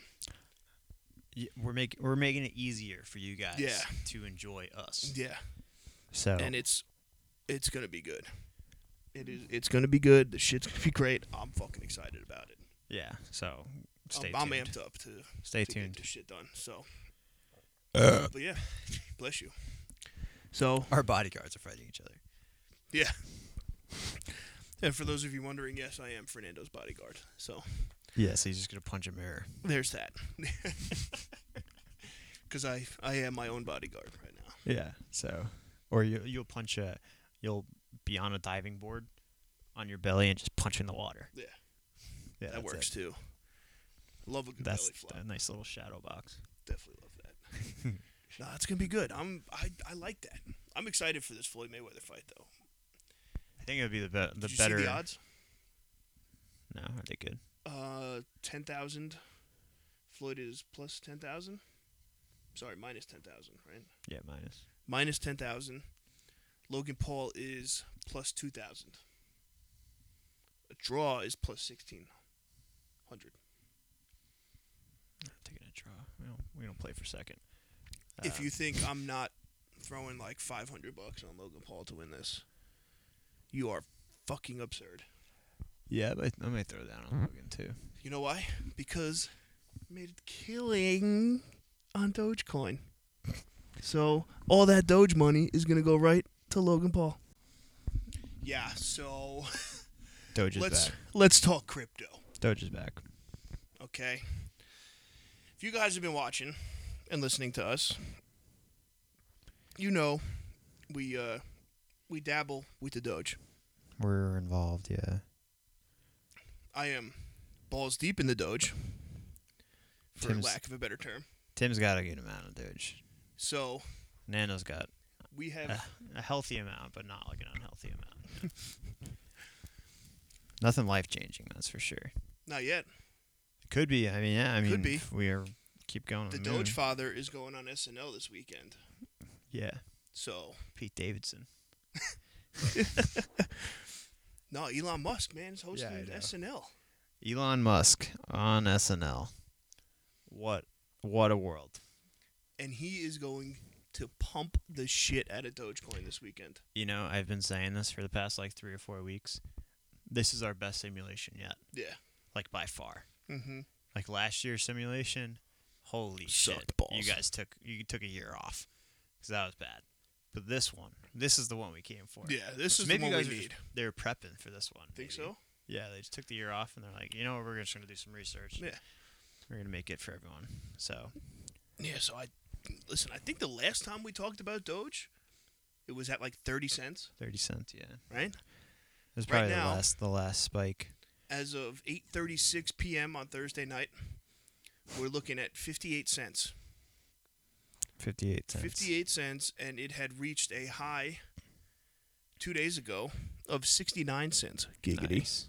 Speaker 3: Y- We're making we're making it easier for you guys
Speaker 2: Yeah.
Speaker 3: to enjoy us.
Speaker 2: Yeah,
Speaker 3: So
Speaker 2: and it's it's gonna be good. It is. It's gonna be good. The shit's gonna be great. I'm fucking excited about it.
Speaker 3: yeah, so stay
Speaker 2: I'm, I'm
Speaker 3: tuned.
Speaker 2: amped up to,
Speaker 3: Oh, Stay
Speaker 2: to
Speaker 3: tuned.
Speaker 2: get this shit done. So, but yeah, bless you. So
Speaker 3: Our bodyguards are fighting each other.
Speaker 2: yeah. And for those of you wondering, yes, I am Fernando's bodyguard. So
Speaker 3: Yeah, so he's just gonna punch a mirror.
Speaker 2: there's that. Because I I am my own bodyguard right now.
Speaker 3: Yeah. So, or you you'll punch a you'll be on a diving board on your belly and just punch in the water.
Speaker 2: Yeah,
Speaker 3: Yeah,
Speaker 2: that works too. Love a good
Speaker 3: That's
Speaker 2: belly flop.
Speaker 3: a nice little shadow box.
Speaker 2: definitely love that. no, it's gonna be good. I'm I, I like that. I'm excited for this Floyd Mayweather fight though.
Speaker 3: I think it would be the be- the
Speaker 2: Did you
Speaker 3: better.
Speaker 2: see the odds?
Speaker 3: No, are they good?
Speaker 2: Uh, ten thousand. Floyd is plus ten thousand. Sorry, minus ten thousand. Right,
Speaker 3: Yeah, minus.
Speaker 2: minus ten thousand. Logan Paul is plus two thousand. A draw is plus sixteen hundred.
Speaker 3: I'm taking a draw. We don't, we don't play for second.
Speaker 2: if
Speaker 3: Um,
Speaker 2: you think I'm not throwing like five hundred bucks on Logan Paul to win this, you are fucking absurd.
Speaker 3: yeah, but I might throw down on Logan too.
Speaker 2: You know why? Because I made a killing on Dogecoin. So all that Doge money is gonna go right to Logan Paul. Yeah, so
Speaker 3: Doge is
Speaker 2: let's
Speaker 3: back.
Speaker 2: let's talk crypto,
Speaker 3: Doge is back.
Speaker 2: okay? If you guys have been watching and listening to us, you know we uh we dabble with the Doge.
Speaker 3: We're involved. Yeah.
Speaker 2: I am balls deep in the Doge, for
Speaker 3: Tim's-
Speaker 2: lack of a better term.
Speaker 3: Tim's got a good amount of Doge.
Speaker 2: So
Speaker 3: Nano's got
Speaker 2: we have
Speaker 3: a, a healthy amount, but not like an unhealthy amount. Nothing life changing, that's for sure.
Speaker 2: not yet.
Speaker 3: Could be. I mean, yeah. I mean,
Speaker 2: Could be.
Speaker 3: we are keep going. on
Speaker 2: The
Speaker 3: The, moon.
Speaker 2: Doge Father is going on SNL this weekend.
Speaker 3: yeah,
Speaker 2: So
Speaker 3: Pete Davidson.
Speaker 2: no, Elon Musk, man, is hosting
Speaker 3: Yeah, I know.
Speaker 2: SNL.
Speaker 3: Elon Musk on SNL. What what a world.
Speaker 2: And he is going to pump the shit out of Dogecoin this weekend.
Speaker 3: You know, I've been saying this for the past like 3 or 4 weeks. This is our best simulation yet,
Speaker 2: Yeah.
Speaker 3: like by far.
Speaker 2: Mm-hmm.
Speaker 3: Like last year's simulation, holy shit.
Speaker 2: Sucked balls.
Speaker 3: You guys took you took a year off cuz that was bad. But this one, this is the one we came for.
Speaker 2: Yeah, this
Speaker 3: So
Speaker 2: is
Speaker 3: maybe
Speaker 2: the
Speaker 3: you
Speaker 2: one
Speaker 3: guys
Speaker 2: we
Speaker 3: are
Speaker 2: need.
Speaker 3: just- they're prepping for this one. maybe.
Speaker 2: Think so?
Speaker 3: Yeah, they just took the year off and they're like, you know what, we're just gonna do some research.
Speaker 2: Yeah.
Speaker 3: We're gonna make it for everyone. So
Speaker 2: Yeah. So I listen. I think the last time we talked about Doge, it was at like thirty cents,
Speaker 3: thirty cents, yeah.
Speaker 2: right?
Speaker 3: It was probably
Speaker 2: Right now-
Speaker 3: the last the last spike.
Speaker 2: as of 8:36 p.m. on Thursday night, we're looking at 58 cents.
Speaker 5: 58 cents.
Speaker 2: 58 cents, and it had reached a high two days ago of 69 cents. Giggity.
Speaker 3: Nice.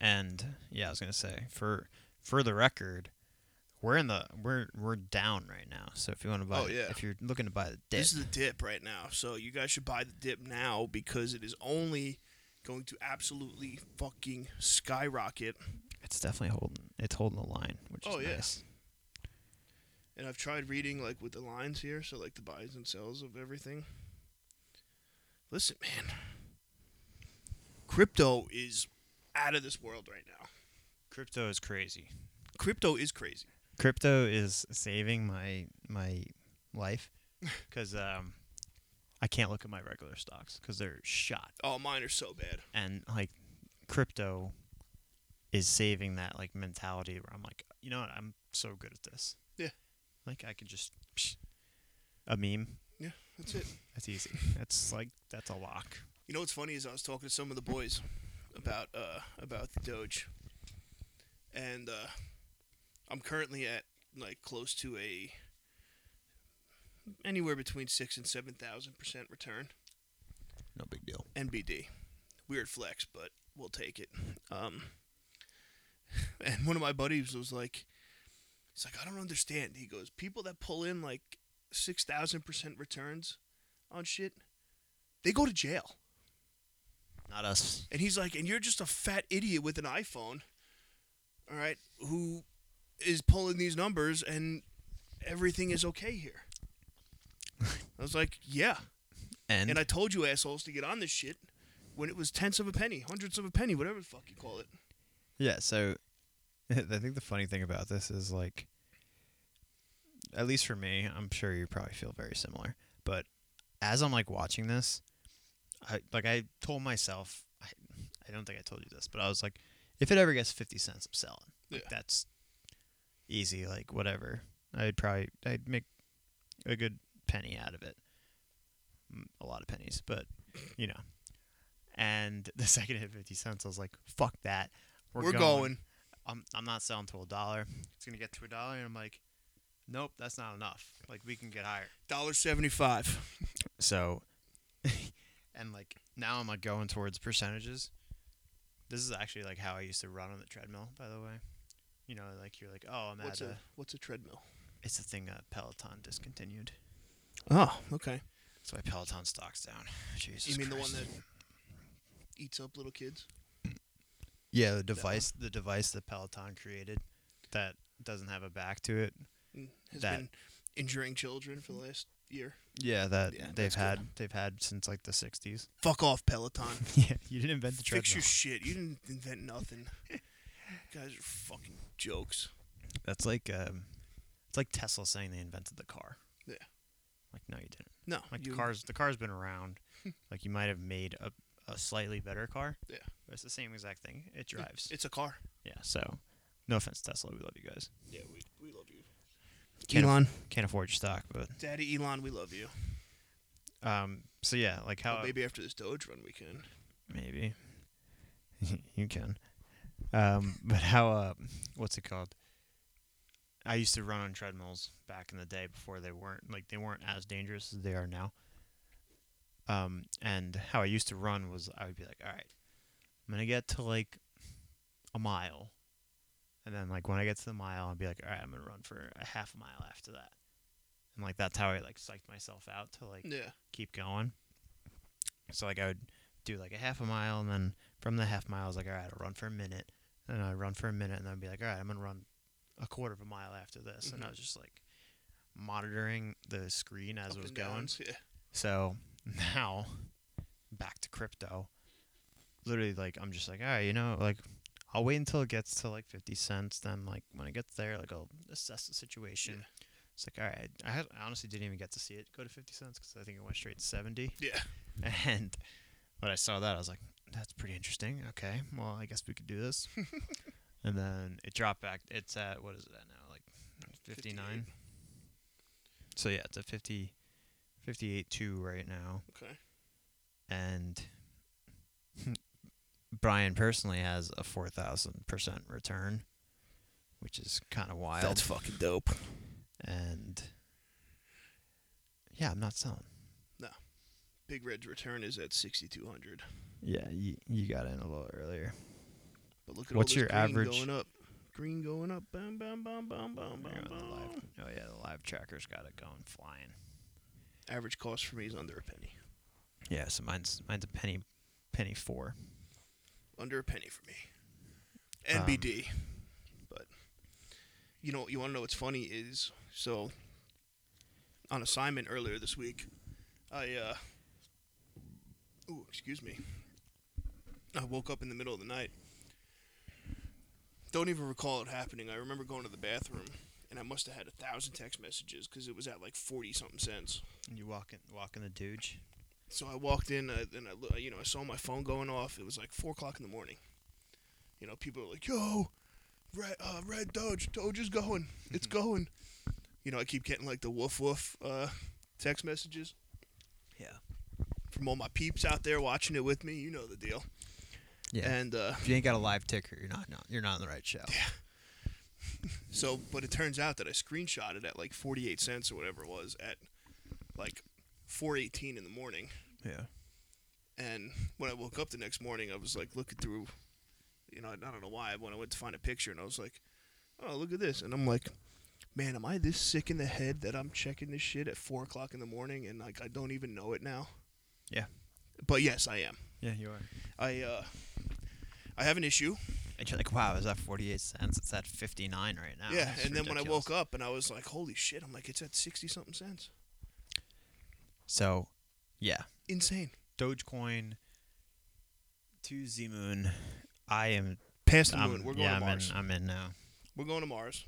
Speaker 3: And yeah, I was gonna say for for the record, we're in the we're we're down right now. So if you want to buy,
Speaker 2: Oh, yeah.
Speaker 3: if you're looking to buy the dip,
Speaker 2: This is the dip right now, so you guys should buy the dip now because it is only going to absolutely fucking skyrocket.
Speaker 3: it's definitely holding it's holding the line, which
Speaker 2: Oh,
Speaker 3: is
Speaker 2: yeah.
Speaker 3: nice.
Speaker 2: And I've tried reading like with the lines here, so like the buys and sells of everything. Listen, man. Crypto is out of this world right now.
Speaker 5: Crypto is crazy.
Speaker 2: Crypto is crazy.
Speaker 3: Crypto is saving my my life because um I can't look at my regular stocks because they're shot
Speaker 2: Oh, mine are so bad.
Speaker 3: and like crypto is saving that like mentality where I'm like, you know what, I'm so good at this.
Speaker 2: Yeah.
Speaker 3: Like I could just psh, a meme.
Speaker 2: That's it.
Speaker 3: That's easy. That's like that's a lock.
Speaker 2: You know what's funny is I was talking to some of the boys about uh about the Doge, and uh, I'm currently at like close to a anywhere between six and seven thousand percent return.
Speaker 3: No big deal.
Speaker 2: NBD. Weird flex, but we'll take it. Um, and one of my buddies was like, he's like, I don't understand. He goes, people that pull in like 6,000% returns on shit, they go to jail.
Speaker 3: Not us.
Speaker 2: And he's like, and you're just a fat idiot with an iPhone, all right, who is pulling these numbers and everything is okay here. I was like, yeah.
Speaker 3: And,
Speaker 2: And I told you assholes to get on this shit when it was tenths of a penny, hundreds of a penny, whatever the fuck you call it.
Speaker 3: yeah, so I think the funny thing about this is like at least for me, I'm sure you probably feel very similar. But as I'm like watching this, I like I told myself I, I don't think I told you this, but I was like, if it ever gets fifty cents, I'm selling. Like,
Speaker 2: Yeah.
Speaker 3: That's easy, like whatever. I'd probably I'd make a good penny out of it. Mm, A lot of pennies, but you know. And the second it hit fifty cents, I was like, fuck that.
Speaker 2: We're, going.
Speaker 3: I'm I'm not selling to a dollar. It's gonna get to a dollar, and I'm like, nope, that's not enough. Like we can get higher.
Speaker 2: Dollar seventy five.
Speaker 3: So, and like now I'm like going towards percentages. This is actually like how I used to run on the treadmill. By the way, you know, like you're like, oh, I'm
Speaker 2: What's
Speaker 3: at a,
Speaker 2: a what's a treadmill?
Speaker 3: it's a thing uh, Peloton discontinued.
Speaker 2: Oh, okay.
Speaker 3: That's why Peloton stocks down. Jesus.
Speaker 2: You mean the one
Speaker 3: Christ.
Speaker 2: that eats up little kids?
Speaker 3: Yeah, the device, the device that Peloton created, that doesn't have a back to it.
Speaker 2: and Has
Speaker 3: That.
Speaker 2: been injuring children for the last year.
Speaker 3: Yeah, that
Speaker 2: Yeah,
Speaker 3: they've
Speaker 2: that's good.
Speaker 3: had they've had since like the '60s.
Speaker 2: Fuck off, Peloton.
Speaker 3: Yeah, you didn't invent the
Speaker 2: Fix
Speaker 3: treadmill.
Speaker 2: your shit. You didn't invent nothing. You guys are fucking jokes.
Speaker 3: That's like um, it's like Tesla saying they invented the car.
Speaker 2: Yeah.
Speaker 3: Like no, you didn't.
Speaker 2: No,
Speaker 3: Like
Speaker 2: you- Hmm.
Speaker 3: the car's the car's been around. like you might have made a, a slightly better car.
Speaker 2: Yeah.
Speaker 3: But it's the same exact thing. It
Speaker 2: Yeah,
Speaker 3: drives.
Speaker 2: It's a car.
Speaker 3: yeah. So, no offense, Tesla, we love you guys.
Speaker 2: Yeah, we, we love you,
Speaker 3: Can't aff-
Speaker 2: Elon.
Speaker 3: can't afford your stock, but
Speaker 2: Daddy Elon, we love you.
Speaker 3: um. So yeah, like how
Speaker 2: Well, maybe after this Doge run, we can.
Speaker 3: maybe you can um but how uh what's it called i used to run on treadmills back in the day before they weren't like they weren't as dangerous as they are now um and how i used to run was i would be like all right i'm gonna get to like a mile and then like when i get to the mile i'll be like all right i'm gonna run for a half a mile after that and like that's how i like psyched myself out to like
Speaker 2: Yeah.
Speaker 3: keep going. So like I would do like a half a mile, and then from the half mile, I was like, all right, I'll run for a minute, and I run for a minute, and then I'd be like, all right, I'm gonna run a quarter of a mile after this, and I
Speaker 2: Mhm.
Speaker 3: was just like monitoring the screen as it was going.
Speaker 2: Yeah.
Speaker 3: So now, back to crypto. Literally, like I'm just like, all right, you know, like I'll wait until it gets to like 50 cents. Then, like when it gets there, like I'll assess the situation. It's like, all right, I, had, I honestly didn't even get to see it go to 50 cents because I think it went straight to 70.
Speaker 2: Yeah.
Speaker 3: And when I saw that, I was like, that's pretty interesting. Okay, well, I guess we could do this. and then it dropped back. It's at, what is it at now? Like 59? So yeah, it's at 50, 58.2 right now.
Speaker 2: Okay.
Speaker 3: And Brian personally has a four thousand percent return, which is kind of wild.
Speaker 2: That's fucking dope.
Speaker 3: and yeah, I'm not selling.
Speaker 2: Big Red's return is at 6,200.
Speaker 3: Yeah, you, you got in a little earlier.
Speaker 2: But look at
Speaker 3: What's
Speaker 2: all this
Speaker 3: your
Speaker 2: green
Speaker 3: average-
Speaker 2: going up. Green going up. Bam, bam, bam, bam, bam,
Speaker 3: Hang
Speaker 2: bam,
Speaker 3: on, the live-
Speaker 2: bam.
Speaker 3: oh yeah, the live tracker's got it going flying.
Speaker 2: Average cost for me is under a penny.
Speaker 3: Yeah, so mine's mine's a penny, penny four.
Speaker 2: Under a penny for me.
Speaker 3: Um,
Speaker 2: NBD. but you know, you want to know what's funny is so on assignment earlier this week, I uh Ooh, excuse me. I woke up in the middle of the night. Don't even recall it happening. I remember going to the bathroom, and I must have had a thousand text messages because it was at like forty something cents.
Speaker 3: You walking walking the douche.
Speaker 2: So I walked in, uh, and I, loo- you know, I saw my phone going off. It was like four o'clock in the morning. You know, people were like, "Yo, red, uh, red Doge, Doge is going, it's
Speaker 3: Mm-hmm.
Speaker 2: going." You know, I keep getting like the woof woof uh, text messages.
Speaker 3: Yeah.
Speaker 2: From all my peeps out there watching it with me, you know the deal.
Speaker 3: Yeah.
Speaker 2: And uh,
Speaker 3: if you ain't got a live ticker, you're not, not you're not in the right show.
Speaker 2: so, but it turns out that I screenshotted at like forty-eight cents or whatever it was at like four eighteen in the morning.
Speaker 3: Yeah.
Speaker 2: And when I woke up the next morning, I was like looking through, you know, I don't know why. When I went to find a picture, and I was like, "Oh, look at this!" And I'm like, "Man, am I this sick in the head that I'm checking this shit at four o'clock in the morning and like I don't even know it now?"
Speaker 3: Yeah.
Speaker 2: But yes, I am.
Speaker 3: Yeah, you are.
Speaker 2: I uh, I have an issue.
Speaker 3: And you're like, wow, is that 48 cents? It's at 59 right now.
Speaker 2: yeah. And then when I woke up and I was like, "Holy shit!" I'm like, "It's at sixty something cents.
Speaker 3: So, yeah.
Speaker 2: Insane."
Speaker 3: Dogecoin to Zmoon. I am.
Speaker 2: Past the
Speaker 3: I'm,
Speaker 2: moon. We're going
Speaker 3: yeah,
Speaker 2: to
Speaker 3: I'm
Speaker 2: Mars.
Speaker 3: in. I'm in now.
Speaker 2: We're going to Mars.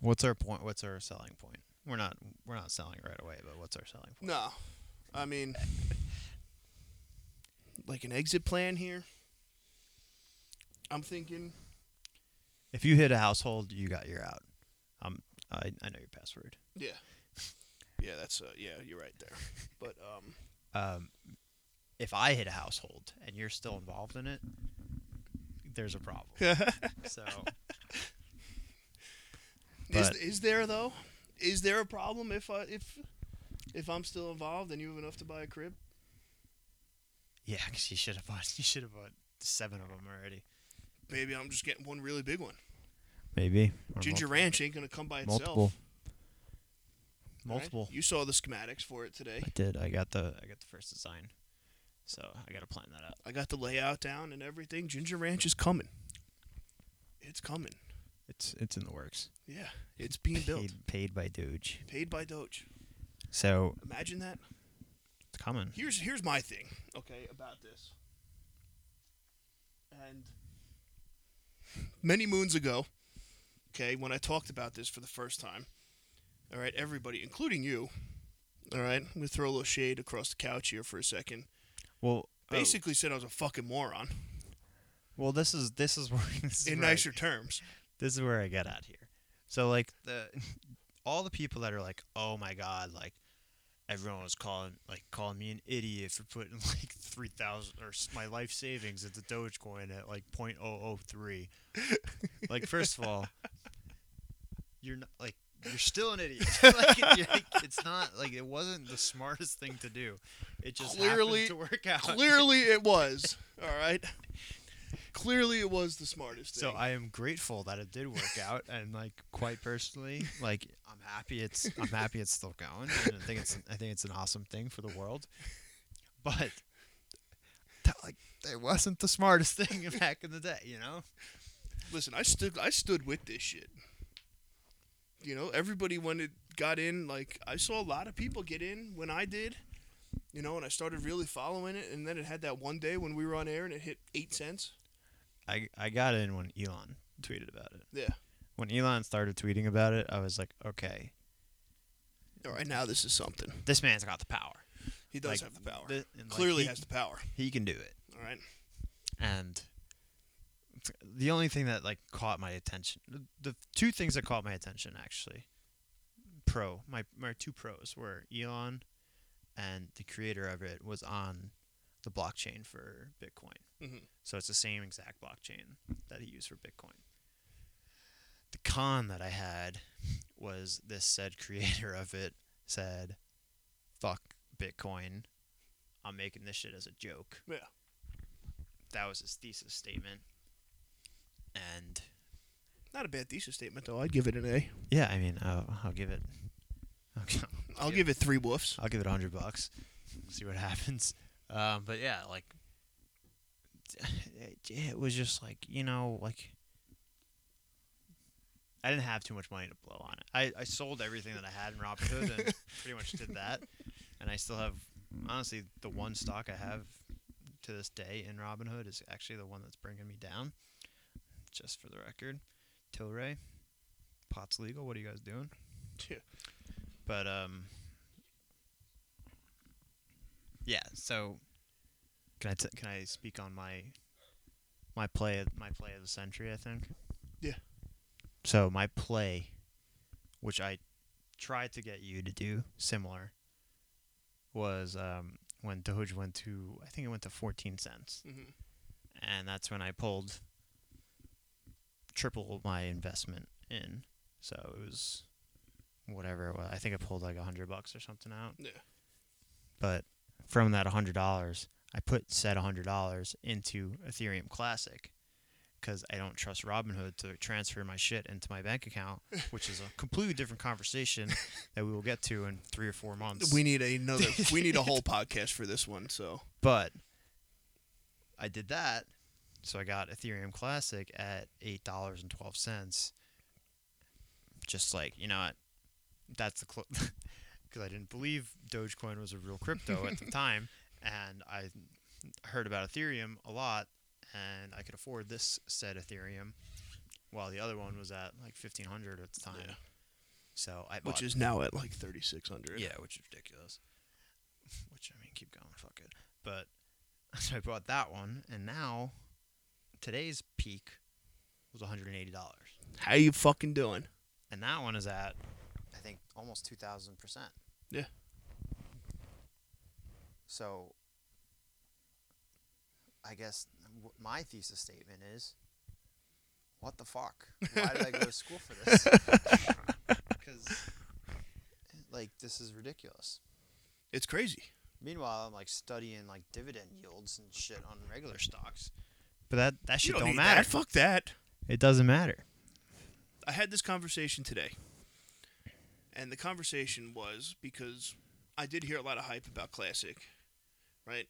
Speaker 3: What's our point? What's our selling point? We're not. We're not selling right away. But what's our selling point?
Speaker 2: No, I mean, like an exit plan here. I'm thinking
Speaker 3: If you hit a household, you got your out. Um, I I know your password.
Speaker 2: Yeah. Yeah, that's uh, yeah, you're right there. But um,
Speaker 3: Um, if I hit a household and you're still involved in it, there's a problem. so
Speaker 2: is,
Speaker 3: But-
Speaker 2: is there though? Is there a problem if I if if I'm still involved and you have enough to buy a crib?
Speaker 3: yeah, 'cause you should have bought. You should have bought seven of them already.
Speaker 2: Maybe I'm just getting one really big one.
Speaker 3: Maybe
Speaker 2: Ginger Ranch ain't gonna come by itself.
Speaker 3: Multiple.
Speaker 2: all right?
Speaker 3: Multiple.
Speaker 2: You saw the schematics for it today.
Speaker 3: I did. I got the. I got the first design. So I gotta plan that out.
Speaker 2: I got the layout down and everything. Ginger Ranch is coming. It's coming.
Speaker 3: It's it's in the works.
Speaker 2: Yeah, it's being built.
Speaker 3: Paid, paid by Doge.
Speaker 2: Paid by Doge.
Speaker 3: So
Speaker 2: Imagine that.
Speaker 3: it's coming.
Speaker 2: Here's here's my thing, okay, about this. And many moons ago, okay, when I talked about this for the first time, all right, everybody, including you, all right, I'm gonna throw a little shade across the couch here for a second.
Speaker 3: Well, oh, basically,
Speaker 2: Basically, said I was a fucking moron
Speaker 3: well, this is this is where this is
Speaker 2: in
Speaker 3: where I-
Speaker 2: nicer terms.
Speaker 3: this is where I get out here. So like the all the people that are like, oh my god, like everyone was calling like calling me an idiot for putting like three thousand or s- my life savings into Dogecoin at like point oh oh three. Like first of all, you're not like you're still an idiot. like, it- you're, like, it's not like it wasn't the smartest thing to do. It just
Speaker 2: Clearly-
Speaker 3: clearly to work out.
Speaker 2: Clearly, it was all right. Clearly, it was the smartest thing.
Speaker 3: So I am grateful that it did work out, and like quite personally, like I'm happy it's I'm happy it's still going. And I think it's I think it's an awesome thing for the world, but that, like it wasn't the smartest thing back in the day, you know.
Speaker 2: listen, I stood I stood with this shit. You know, everybody when it got in, like I saw a lot of people get in when I did. You know, and I started really following it, and then it had that one day when we were on air and it hit eight cents.
Speaker 3: I I got in when Elon tweeted about it.
Speaker 2: Yeah.
Speaker 3: When Elon started tweeting about it, I was like, okay,
Speaker 2: All right, now this is something.
Speaker 3: this man's got the power.
Speaker 2: He does
Speaker 3: Like,
Speaker 2: have the power.
Speaker 3: Th- and, like,
Speaker 2: Clearly
Speaker 3: he,
Speaker 2: has the power.
Speaker 3: he can do it.
Speaker 2: All right.
Speaker 3: and the only thing that like caught my attention the two things that caught my attention actually pro my my two pros were elon and the creator of it was on the blockchain for Bitcoin.
Speaker 2: Mhm.
Speaker 3: So it's the same exact blockchain that he used for Bitcoin. The con that I had was this said creator of it said, fuck Bitcoin. I'm making this shit as a joke.
Speaker 2: Yeah.
Speaker 3: That was his thesis statement. And
Speaker 2: Not a bad thesis statement though. I'd give it an A.
Speaker 3: yeah, I mean, I'll, I'll give it. I'll gi-
Speaker 2: I'll
Speaker 3: Yeah.
Speaker 2: give it three woofs.
Speaker 3: I'll give it a hundred bucks. See what happens. Um, but yeah, like it- it was just like you know, like I didn't have too much money to blow on it. I, I sold everything that I had in Robinhood and pretty much did that. And I still have honestly the one stock I have to this day in Robinhood is actually the one that's bringing me down. Just for the record, Tilray, pot's legal. What are you guys doing?
Speaker 2: Yeah.
Speaker 3: But um, yeah. So can I t- can I speak on my my play of- my play of the century? I think.
Speaker 2: Yeah.
Speaker 3: So my play, which I tried to get you to do similar, was um, when Doge went to I think it went to fourteen cents,
Speaker 2: Mhm.
Speaker 3: and that's when I pulled triple my investment in. So it was whatever it was. I think I pulled like a hundred bucks or something out
Speaker 2: Yeah.
Speaker 3: but from that $100 i put said $100 into ethereum classic because i don't trust robinhood to transfer my shit into my bank account which is a completely different conversation that we will get to in three or four months
Speaker 2: We need another. we need a whole podcast for this one. So
Speaker 3: but i did that so i got ethereum classic at $8.12 just like you know what that's the close because I didn't believe Dogecoin was a real crypto at the time, and I heard about Ethereum a lot, and I could afford this said Ethereum, while the other one was at like fifteen hundred at the time.
Speaker 2: Yeah.
Speaker 3: So I bought
Speaker 2: which is now at like thirty six hundred.
Speaker 3: yeah, which is ridiculous. Which I mean, keep going, fuck it. But so I bought that one, and now today's peak was one hundred and eighty dollars,
Speaker 2: How you fucking doing?
Speaker 3: and that one is at I think almost two thousand percent.
Speaker 2: Yeah.
Speaker 3: So, I guess w- my thesis statement is, what the fuck? Why did I go to school for this? Because, like, this is ridiculous.
Speaker 2: It's crazy.
Speaker 3: Meanwhile, I'm like studying like dividend yields and shit on regular stocks. But that that shit
Speaker 2: You
Speaker 3: don't,
Speaker 2: need
Speaker 3: matter.
Speaker 2: That. Fuck that.
Speaker 3: It doesn't matter.
Speaker 2: I had this conversation today, and the conversation was because I did hear a lot of hype about Classic, right?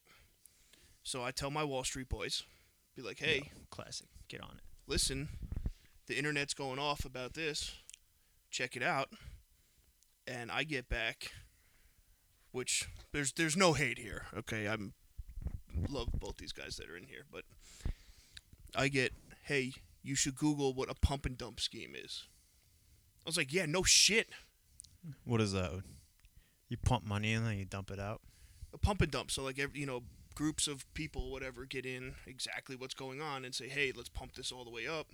Speaker 2: So I tell my Wall Street boys, be like, hey,
Speaker 3: classic. Get on it.
Speaker 2: listen, the internet's going off about this. Check it out. And I get back, which there's there's no hate here. Okay, I'm love both these guys that are in here, but I get, hey, you should Google what a pump and dump scheme is. I was like, yeah, no shit.
Speaker 3: What is that? You pump money in, then you dump it out.
Speaker 2: a pump and dump. So like every, you know, groups of people, whatever, get in exactly what's going on and say, hey, let's pump this all the way up.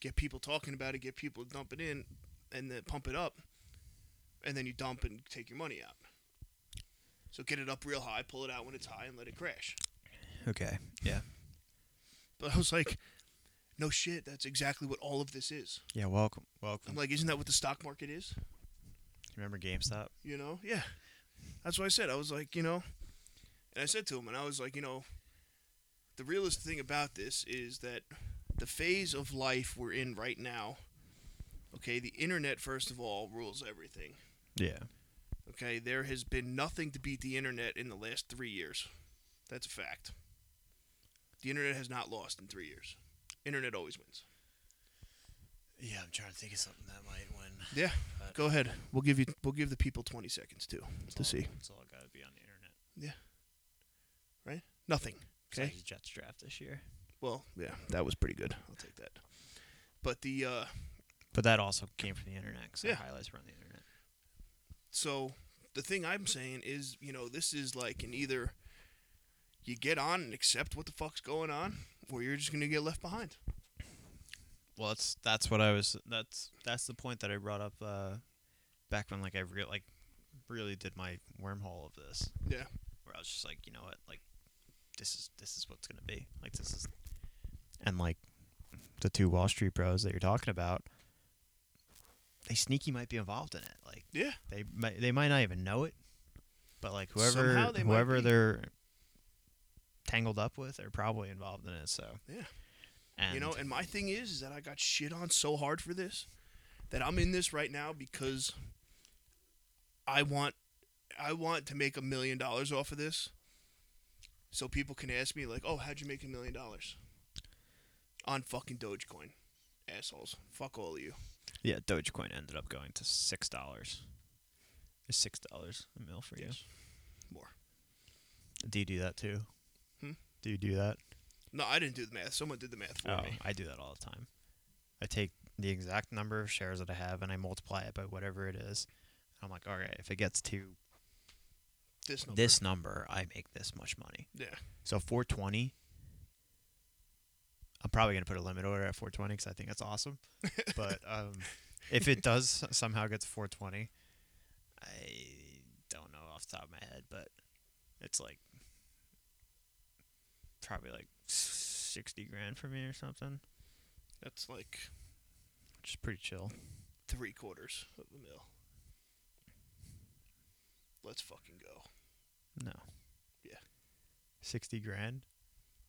Speaker 2: Get people talking about it. Get people to dump it in, and then pump it up, and then you dump and take your money out. So get it up real high, pull it out when it's high, and let it crash.
Speaker 3: Okay. Yeah.
Speaker 2: But I was like, no shit, that's exactly what all of this is.
Speaker 3: Yeah. Welcome.
Speaker 2: I'm
Speaker 3: Welcome.
Speaker 2: like, isn't that what the stock market is?
Speaker 3: Remember GameStop?
Speaker 2: You know, yeah. That's what I said. I was like, you know, and I said to him, and I was like, you know, the realest thing about this is that the phase of life we're in right now, okay, the internet, first of all, rules everything.
Speaker 3: Yeah.
Speaker 2: Okay, there has been nothing to beat the internet in the last three years. That's a fact. The internet has not lost in three years. Internet always wins.
Speaker 3: Yeah, I'm trying to think of something that might win.
Speaker 2: Yeah.
Speaker 3: But-
Speaker 2: Go ahead. We'll give you. We'll give the people twenty seconds too
Speaker 3: It's
Speaker 2: to see.
Speaker 3: It's all got to be on the internet.
Speaker 2: Nothing. Okay.
Speaker 3: Besides the Jets draft this year.
Speaker 2: Well, yeah, that was pretty good. I'll take that. But the uh,
Speaker 3: But that also came from the internet because
Speaker 2: Yeah.
Speaker 3: the highlights were on the internet.
Speaker 2: so the thing I'm saying is, you know, this is like an either you get on and accept what the fuck's going on, or you're just gonna get left behind.
Speaker 3: Well, that's that's what I was. That's that's the point that I brought up uh, back when like I real like really did my wormhole of this.
Speaker 2: Yeah.
Speaker 3: Where I was just like, you know what, like this is this is what's gonna be like this is, and like the two Wall Street bros that you're talking about, they sneaky might be involved in it. Like
Speaker 2: Yeah.
Speaker 3: they might they might not even know it, but like whoever
Speaker 2: Somehow they might
Speaker 3: whoever
Speaker 2: be.
Speaker 3: they're tangled up with are probably involved in it. So
Speaker 2: Yeah.
Speaker 3: and
Speaker 2: you know, and my thing is, is that I got shit on so hard for this that I'm in this right now because I want I want to make a million dollars off of this. So people can ask me like, "Oh, how'd you make a million dollars?" On fucking Dogecoin. Assholes. Fuck all of you.
Speaker 3: yeah, Dogecoin ended up going to six dollars. It's six dollars a mil for
Speaker 2: More.
Speaker 3: you. Do you do that too?
Speaker 2: Hmm?
Speaker 3: Do you do that?
Speaker 2: No, I didn't do the math. Someone did the math for
Speaker 3: Oh,
Speaker 2: me.
Speaker 3: I do that all the time. I take the exact number of shares that I have and I multiply it by whatever it is. I'm like, all right, if it gets to
Speaker 2: This number.
Speaker 3: this number, I make this much money.
Speaker 2: Yeah.
Speaker 3: So 420. I'm probably gonna put a limit order at 420 because I think that's awesome. but um, if it does s- somehow get to 420, I don't know off the top of my head, but it's like probably like 60 grand for me or something,
Speaker 2: That's like
Speaker 3: which is pretty chill.
Speaker 2: three quarters of a mil. Let's fucking go.
Speaker 3: No.
Speaker 2: Yeah.
Speaker 3: 60 grand?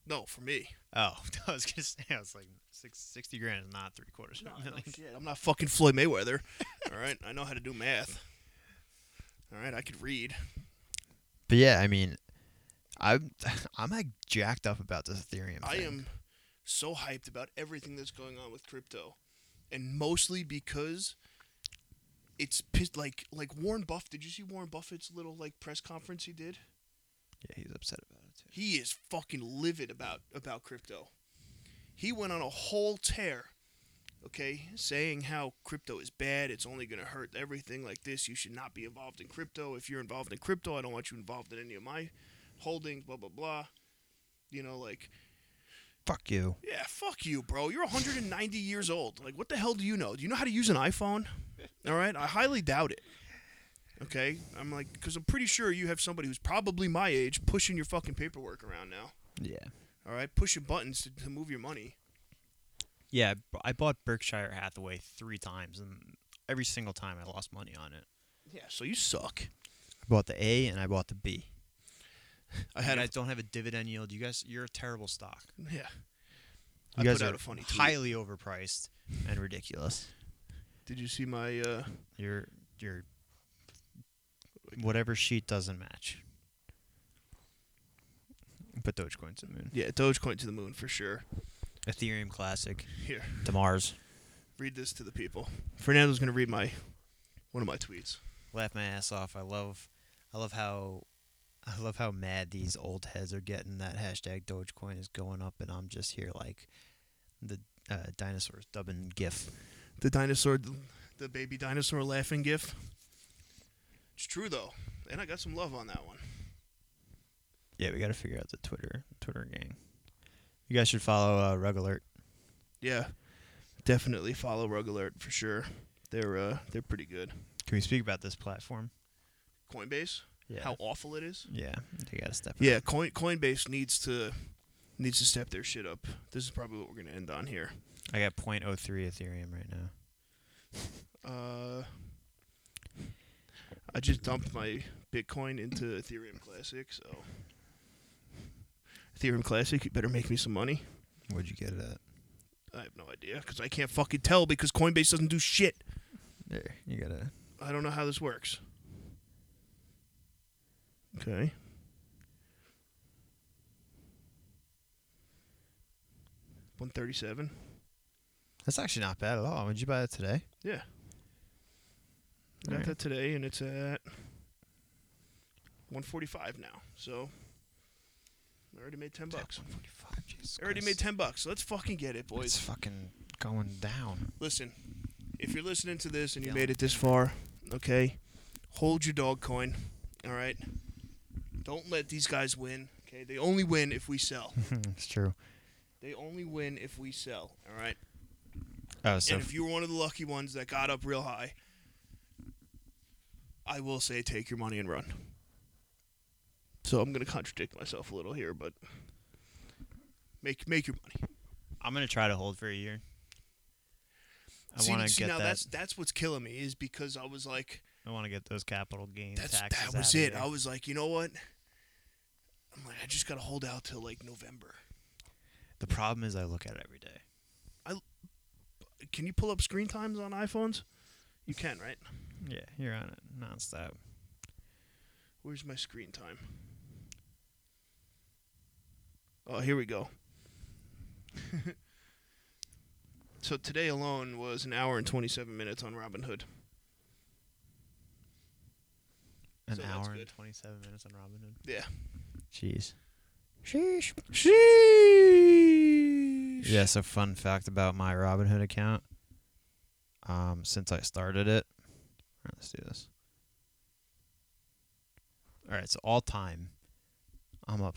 Speaker 2: No, for me.
Speaker 3: Oh, I was going to say, I was like, six, 60 grand is not three quarters
Speaker 2: No,
Speaker 3: of
Speaker 2: I
Speaker 3: a
Speaker 2: know
Speaker 3: million.
Speaker 2: shit. I'm not fucking Floyd Mayweather. All right, I know how to do math. All right, I could read.
Speaker 3: But yeah, I mean, I'm, I'm like jacked up about this Ethereum.
Speaker 2: I am so hyped about everything that's going on with crypto, and mostly because it's pissed. Like like Warren Buff. Did you see Warren Buffett's little like press conference he did?
Speaker 3: Yeah, he's upset about it too.
Speaker 2: He is fucking livid about about crypto. He went on a whole tear, okay, saying how crypto is bad, it's only going to hurt everything like this. You should not be involved in crypto. If you're involved in crypto, I don't want you involved in any of my holdings, blah blah blah. You know, like,
Speaker 3: Fuck you.
Speaker 2: yeah, fuck you, bro. You're 190 years old. Like, what the hell do you know? Do you know how to use an iPhone? All right? I highly doubt it. Okay? I'm like, because I'm pretty sure you have somebody who's probably my age pushing your fucking paperwork around now.
Speaker 3: Yeah.
Speaker 2: All right, pushing buttons to, to move your money.
Speaker 3: Yeah, I bu- I bought Berkshire Hathaway three times, and every single time I lost money on it.
Speaker 2: Yeah, so you suck.
Speaker 3: I bought the A and I bought the B.
Speaker 2: I
Speaker 3: You
Speaker 2: had a,
Speaker 3: guys don't have a dividend yield. You guys, you're a terrible stock.
Speaker 2: yeah.
Speaker 3: You
Speaker 2: I
Speaker 3: guys
Speaker 2: put
Speaker 3: are
Speaker 2: out a funny tweet.
Speaker 3: highly overpriced and ridiculous.
Speaker 2: Did you see my? uh
Speaker 3: Your your whatever sheet doesn't match. But Dogecoin to the moon.
Speaker 2: Yeah, Dogecoin to the moon for sure.
Speaker 3: Ethereum Classic
Speaker 2: Here,
Speaker 3: to Mars.
Speaker 2: read this to the people. Fernando's gonna read my one of my tweets.
Speaker 3: Laugh my ass off. I love I love how I love how mad these old heads are getting that hashtag Dogecoin is going up and I'm just here like the uh, dinosaurs dubbing GIF.
Speaker 2: The dinosaur, the baby dinosaur laughing gif. It's true though, and I got some love on that one.
Speaker 3: Yeah, we gotta figure out the Twitter Twitter gang. You guys should follow uh, Rug Alert.
Speaker 2: Yeah, definitely follow Rug Alert for sure. They're uh they're pretty good.
Speaker 3: Can we speak about this platform?
Speaker 2: Coinbase,
Speaker 3: Yeah.
Speaker 2: how awful it is.
Speaker 3: Yeah, they gotta step.
Speaker 2: Yeah, Coin, Coinbase needs to needs to step their shit up. This is probably what we're gonna end on here.
Speaker 3: I got 0.03 Ethereum right now.
Speaker 2: Uh, I just dumped my Bitcoin into Ethereum Classic, so Ethereum Classic, you better make me some money.
Speaker 3: Where'd you get it at?
Speaker 2: I have no idea because I can't fucking tell because Coinbase doesn't do shit.
Speaker 3: There, you gotta.
Speaker 2: I don't know how this works. Okay. One thirty-seven.
Speaker 3: That's actually not bad at all. Would you buy it today?
Speaker 2: Yeah. I Got
Speaker 3: Alright.
Speaker 2: that today, and it's at 145 now. So I already made 10 bucks. I already made 10 bucks. Let's fucking get it,
Speaker 3: It's
Speaker 2: boys.
Speaker 3: fucking going down.
Speaker 2: Listen, if you're listening to this and you
Speaker 3: Yeah.
Speaker 2: made it this far, okay, hold your dog coin. All right. Don't let these guys win. Okay, they only win if we sell.
Speaker 3: it's true.
Speaker 2: They only win if we sell. All right.
Speaker 3: Oh, so
Speaker 2: and if you were one of the lucky ones that got up real high, I will say take your money and run. So I'm going to contradict myself a little here, but make make your money.
Speaker 3: I'm gonna try to hold for a year. I
Speaker 2: see,
Speaker 3: want to
Speaker 2: see,
Speaker 3: get
Speaker 2: now
Speaker 3: that.
Speaker 2: that's that's what's killing me is because I was like,
Speaker 3: I want to get those capital gains
Speaker 2: that's
Speaker 3: taxes.
Speaker 2: that
Speaker 3: out
Speaker 2: was
Speaker 3: of
Speaker 2: it.
Speaker 3: there.
Speaker 2: I was like, you know what? I'm like, I just got to hold out till like November.
Speaker 3: the problem is I look at it every day.
Speaker 2: Can you pull up screen times on iPhones? You can, right?
Speaker 3: Yeah, you're on it nonstop.
Speaker 2: Where's my screen time? Oh, here we go. so today alone was an hour and 27 minutes on Robinhood.
Speaker 3: An
Speaker 2: So that's
Speaker 3: hour and
Speaker 2: good.
Speaker 3: 27 minutes on Robinhood.
Speaker 2: Yeah.
Speaker 3: Jeez.
Speaker 2: Sheesh. Sheesh.
Speaker 3: Yeah, so fun fact about my Robinhood account. Um, since I started it, all right, let's do this. All right, so all time, I'm up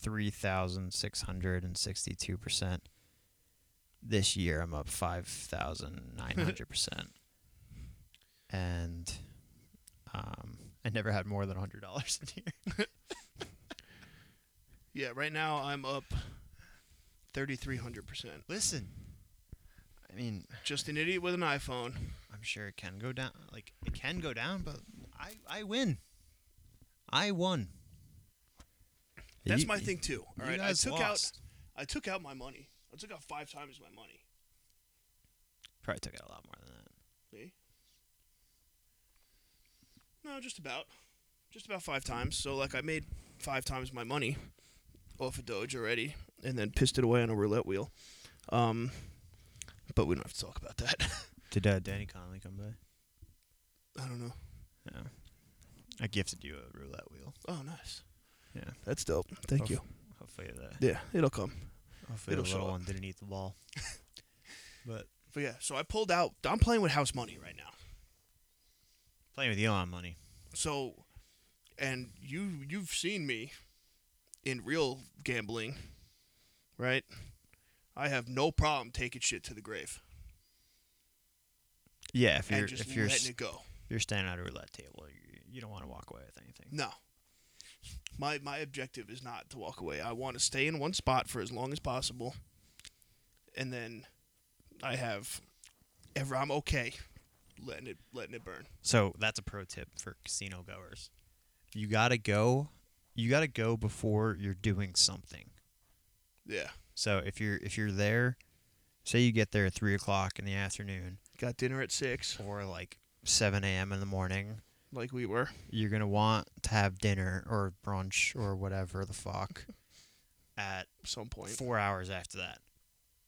Speaker 3: three thousand six hundred and sixty-two percent. This year, I'm up five thousand nine hundred percent, and um, I never had more than hundred dollars in here.
Speaker 2: Yeah, right now I'm up 3,300%.
Speaker 3: Listen, I mean,
Speaker 2: Just an idiot with an iPhone.
Speaker 3: I'm sure it can go down. Like it can go down, but I I win. I won.
Speaker 2: That's
Speaker 3: You-
Speaker 2: my thing
Speaker 3: you
Speaker 2: too. All right, I
Speaker 3: guys
Speaker 2: took
Speaker 3: lost.
Speaker 2: out I took out my money. I took out five times my money.
Speaker 3: Probably took out a lot more than that.
Speaker 2: See? No, just about. Just about five times. So, like, I made five times my money off of Doge already and then pissed it away on a roulette wheel. Um, but we don't have to talk about that.
Speaker 3: Did uh, Danny Connolly come by?
Speaker 2: I don't know.
Speaker 3: Yeah. I gifted you a roulette wheel.
Speaker 2: Oh, nice.
Speaker 3: Yeah.
Speaker 2: That's dope. Thank
Speaker 3: Oh.
Speaker 2: you.
Speaker 3: Hopefully the
Speaker 2: Yeah, it'll come.
Speaker 3: hopefully
Speaker 2: It'll
Speaker 3: the
Speaker 2: show
Speaker 3: little
Speaker 2: up.
Speaker 3: one didn't eat the ball. but
Speaker 2: But yeah, so I pulled out. I'm playing with house money right now.
Speaker 3: playing with Elon money.
Speaker 2: So, and you you've seen me in real gambling, right? I have no problem taking shit to the grave
Speaker 3: Yeah, if
Speaker 2: and
Speaker 3: you're
Speaker 2: just
Speaker 3: if you're
Speaker 2: letting
Speaker 3: s-
Speaker 2: it go.
Speaker 3: you're standing at a roulette table, you, you don't want to walk away with anything.
Speaker 2: No. My my objective is not to walk away. I want to stay in one spot for as long as possible. And then I have ever I'm okay letting it letting it burn.
Speaker 3: So that's a pro tip for casino goers. You gotta go. You gotta go before you're doing something.
Speaker 2: Yeah.
Speaker 3: So if you're if you're there, say you get there at three o'clock in the afternoon
Speaker 2: Got dinner at 6
Speaker 3: or like seven a.m. in the morning,
Speaker 2: like we were.
Speaker 3: you're gonna want to have dinner or brunch or whatever the fuck at
Speaker 2: Some point.
Speaker 3: four hours after that.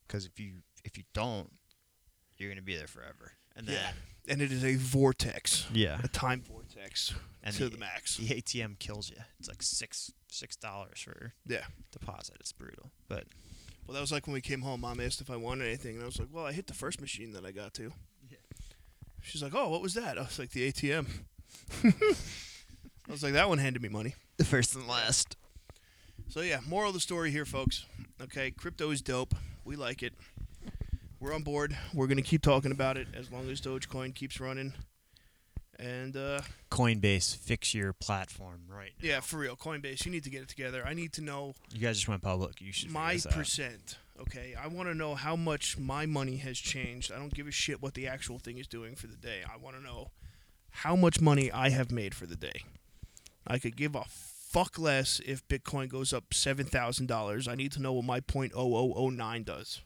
Speaker 3: Because if you if you don't, you're gonna be there forever. And then
Speaker 2: Yeah. And it is a vortex.
Speaker 3: yeah,
Speaker 2: A time vortex
Speaker 3: and
Speaker 2: to
Speaker 3: the,
Speaker 2: the, max.
Speaker 3: the ATM kills you. It's like six six dollars for
Speaker 2: Yeah.
Speaker 3: deposit. It's brutal. But
Speaker 2: Well, that was like when we came home. Mom asked if I wanted anything, and I was like, "Well, I hit the first machine that I got to."
Speaker 3: Yeah.
Speaker 2: She's like, "Oh, what was that?" I was like, "The ATM." I was like, "That one handed me money."
Speaker 3: the first and last.
Speaker 2: So yeah, moral of the story here, folks. Okay, crypto is dope. We like it. We're on board. We're gonna keep talking about it as long as Dogecoin keeps running. And uh,
Speaker 3: Coinbase, fix your platform right now.
Speaker 2: yeah, for real, Coinbase, you need to get it together. I need to know
Speaker 3: You guys just went public. You should. figure
Speaker 2: my
Speaker 3: this out.
Speaker 2: percent. Okay, I want to know how much my money has changed. I don't give a shit what the actual thing is doing for the day. I want to know how much money I have made for the day. I could give a fuck less if Bitcoin goes up seven thousand dollars. I need to know what my point oh oh oh nine does.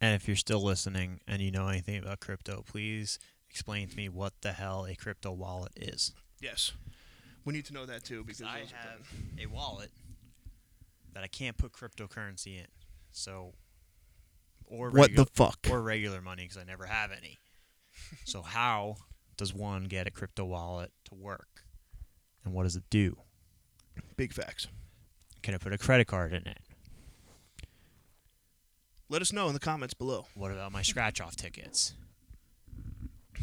Speaker 3: And if you're still listening and you know anything about crypto, please explain to me what the hell a crypto wallet is.
Speaker 2: Yes, we need to know that too because
Speaker 3: I
Speaker 2: those are
Speaker 3: have a wallet that I can't put cryptocurrency in. So, or
Speaker 2: bad. what
Speaker 3: regu-
Speaker 2: the fuck.
Speaker 3: or regular money because I never have any. so how does one get a crypto wallet to work? And what does it do?
Speaker 2: Big facts.
Speaker 3: Can I put a credit card in it?
Speaker 2: Let us know in the comments below.
Speaker 3: What about my scratch off tickets?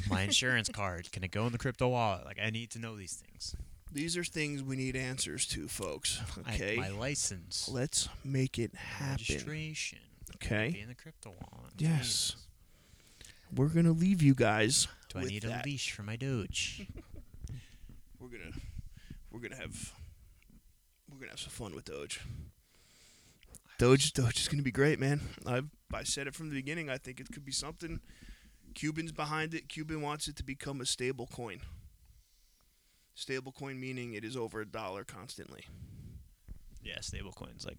Speaker 3: My insurance card. Can it go in the crypto wallet? Like I need to know these things.
Speaker 2: These are things we need answers to, folks.
Speaker 3: I-
Speaker 2: Okay,
Speaker 3: my license.
Speaker 2: let's make it happen.
Speaker 3: Registration.
Speaker 2: Okay.
Speaker 3: Be in the crypto wallet.
Speaker 2: Yes.
Speaker 3: Jesus.
Speaker 2: we're gonna leave you guys.
Speaker 3: Do I
Speaker 2: with
Speaker 3: need
Speaker 2: that.
Speaker 3: a leash for my doge?
Speaker 2: We're gonna we're gonna have we're gonna have some fun with Doge. Doge, Doge is gonna be great, man. I I said it from the beginning. I think it could be something. Cuban's behind it. Cuban wants it to become a stable coin. Stable coin meaning it is over a dollar constantly.
Speaker 5: Yeah, stable coins like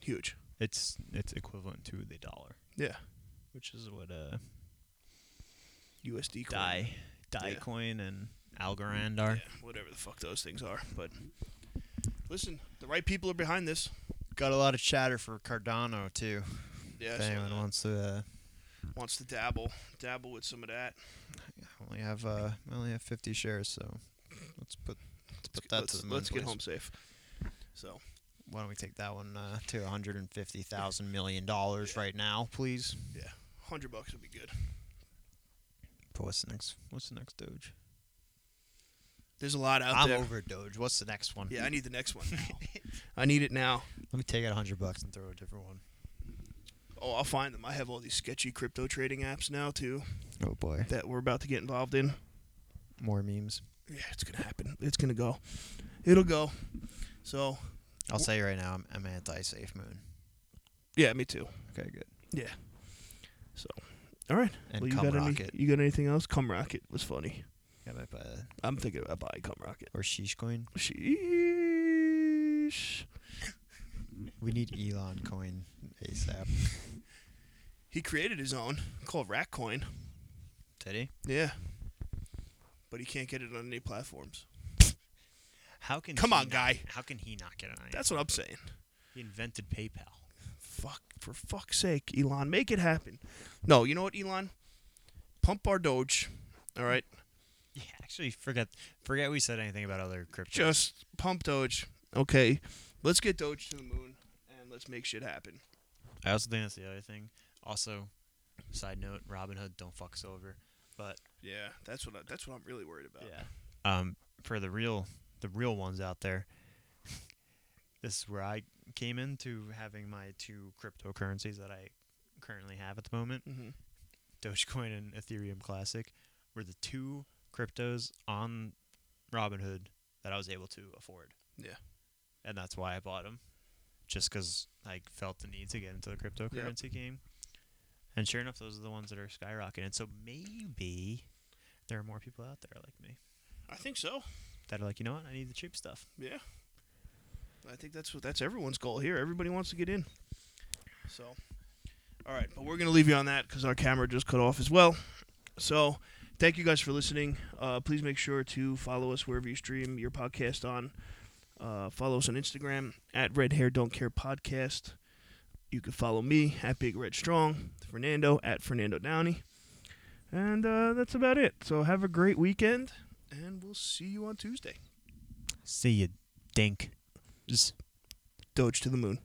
Speaker 2: Huge.
Speaker 5: it's it's equivalent to the dollar,
Speaker 2: Yeah.
Speaker 5: which is what uh
Speaker 2: USD coin.
Speaker 5: die die
Speaker 2: Yeah. Mm,
Speaker 5: coin and Algorand are.
Speaker 2: Yeah, whatever the fuck those things are. But listen, the right people are behind this.
Speaker 3: Got a lot of chatter for Cardano too.
Speaker 2: Yeah.
Speaker 3: If
Speaker 2: so
Speaker 3: anyone wants to, uh,
Speaker 2: wants to dabble, dabble with some of that.
Speaker 3: I only have uh, I only have 50 shares, so let's put let's put that
Speaker 2: let's
Speaker 3: to the moon,
Speaker 2: let's get
Speaker 3: please.
Speaker 2: home safe. So
Speaker 3: Why don't we take that one uh, to 150,000 million dollars right now, please?
Speaker 2: hundred bucks would be good.
Speaker 3: But what's the next? What's the next Doge?
Speaker 2: There's a lot out
Speaker 3: I'm
Speaker 2: there.
Speaker 3: over Doge. What's the next one?
Speaker 2: Yeah, I need the next one. now. I need it now.
Speaker 3: Let me take out 100 bucks and throw a different one.
Speaker 2: Oh, I'll find them. I have all these sketchy crypto trading apps now too
Speaker 3: Oh boy,
Speaker 2: that we're about to get involved in.
Speaker 3: more memes.
Speaker 2: Yeah, it's gonna happen. It's gonna go. It'll go. So
Speaker 3: I'll say right now, I'm, I'm anti-safe moon.
Speaker 2: yeah, me too.
Speaker 3: Okay, good.
Speaker 2: All right.
Speaker 3: And
Speaker 2: well, you
Speaker 3: come
Speaker 2: got
Speaker 3: rocket.
Speaker 2: any? You got anything else? Cum Rocket was funny.
Speaker 3: Yeah, but, uh,
Speaker 2: I'm thinking about buying Cum Rocket.
Speaker 3: or sheesh coin.
Speaker 2: Sheesh.
Speaker 3: We need Elon coin ASAP.
Speaker 2: He created his own called Ratcoin.
Speaker 3: Did he?
Speaker 2: Yeah. But he can't get it on any platforms.
Speaker 5: How can
Speaker 2: Come
Speaker 5: he
Speaker 2: on,
Speaker 5: not-
Speaker 2: guy.
Speaker 5: How can he not get an iron?
Speaker 2: That's what I'm saying.
Speaker 5: He invented PayPal.
Speaker 2: Fuck for fuck's sake, Elon, make it happen. No, you know what, Elon? Pump our Doge. All right,
Speaker 5: Yeah, actually, forget forget we said anything about other crypto.
Speaker 2: just pump Doge. Okay, let's get Doge to the moon and let's make shit happen.
Speaker 5: I also think that's the other thing. Also, side note: Robinhood don't fuck us over. But
Speaker 2: Yeah, that's what I, that's what I'm really worried about.
Speaker 5: yeah, um, for the real the real ones out there, this is where I came into having my two cryptocurrencies that I currently have at the moment.
Speaker 2: Mm-hmm.
Speaker 5: Dogecoin and Ethereum Classic were the two cryptos on Robinhood that I was able to afford.
Speaker 2: Yeah.
Speaker 5: And that's why I bought them. Just because I felt the need to get into the cryptocurrency game. And sure enough, those are the ones that are skyrocketing. So maybe there are more people out there like me
Speaker 2: I think so.
Speaker 5: that are like, you know what? I need the cheap stuff.
Speaker 2: Yeah, I think that's what that's everyone's goal here. Everybody wants to get in. So, all right, but we're gonna leave you on that because our camera just cut off as well. So, thank you guys for listening. Uh, please make sure to follow us wherever you stream your podcast on. Uh, follow us on Instagram at Red Hair Don't Care Podcast. You can follow me at Big Red Strong, Fernando at Fernando Downey. And uh, that's about it. So, have a great weekend, and we'll see you on Tuesday.
Speaker 5: See you, dink.
Speaker 2: Doge to the moon.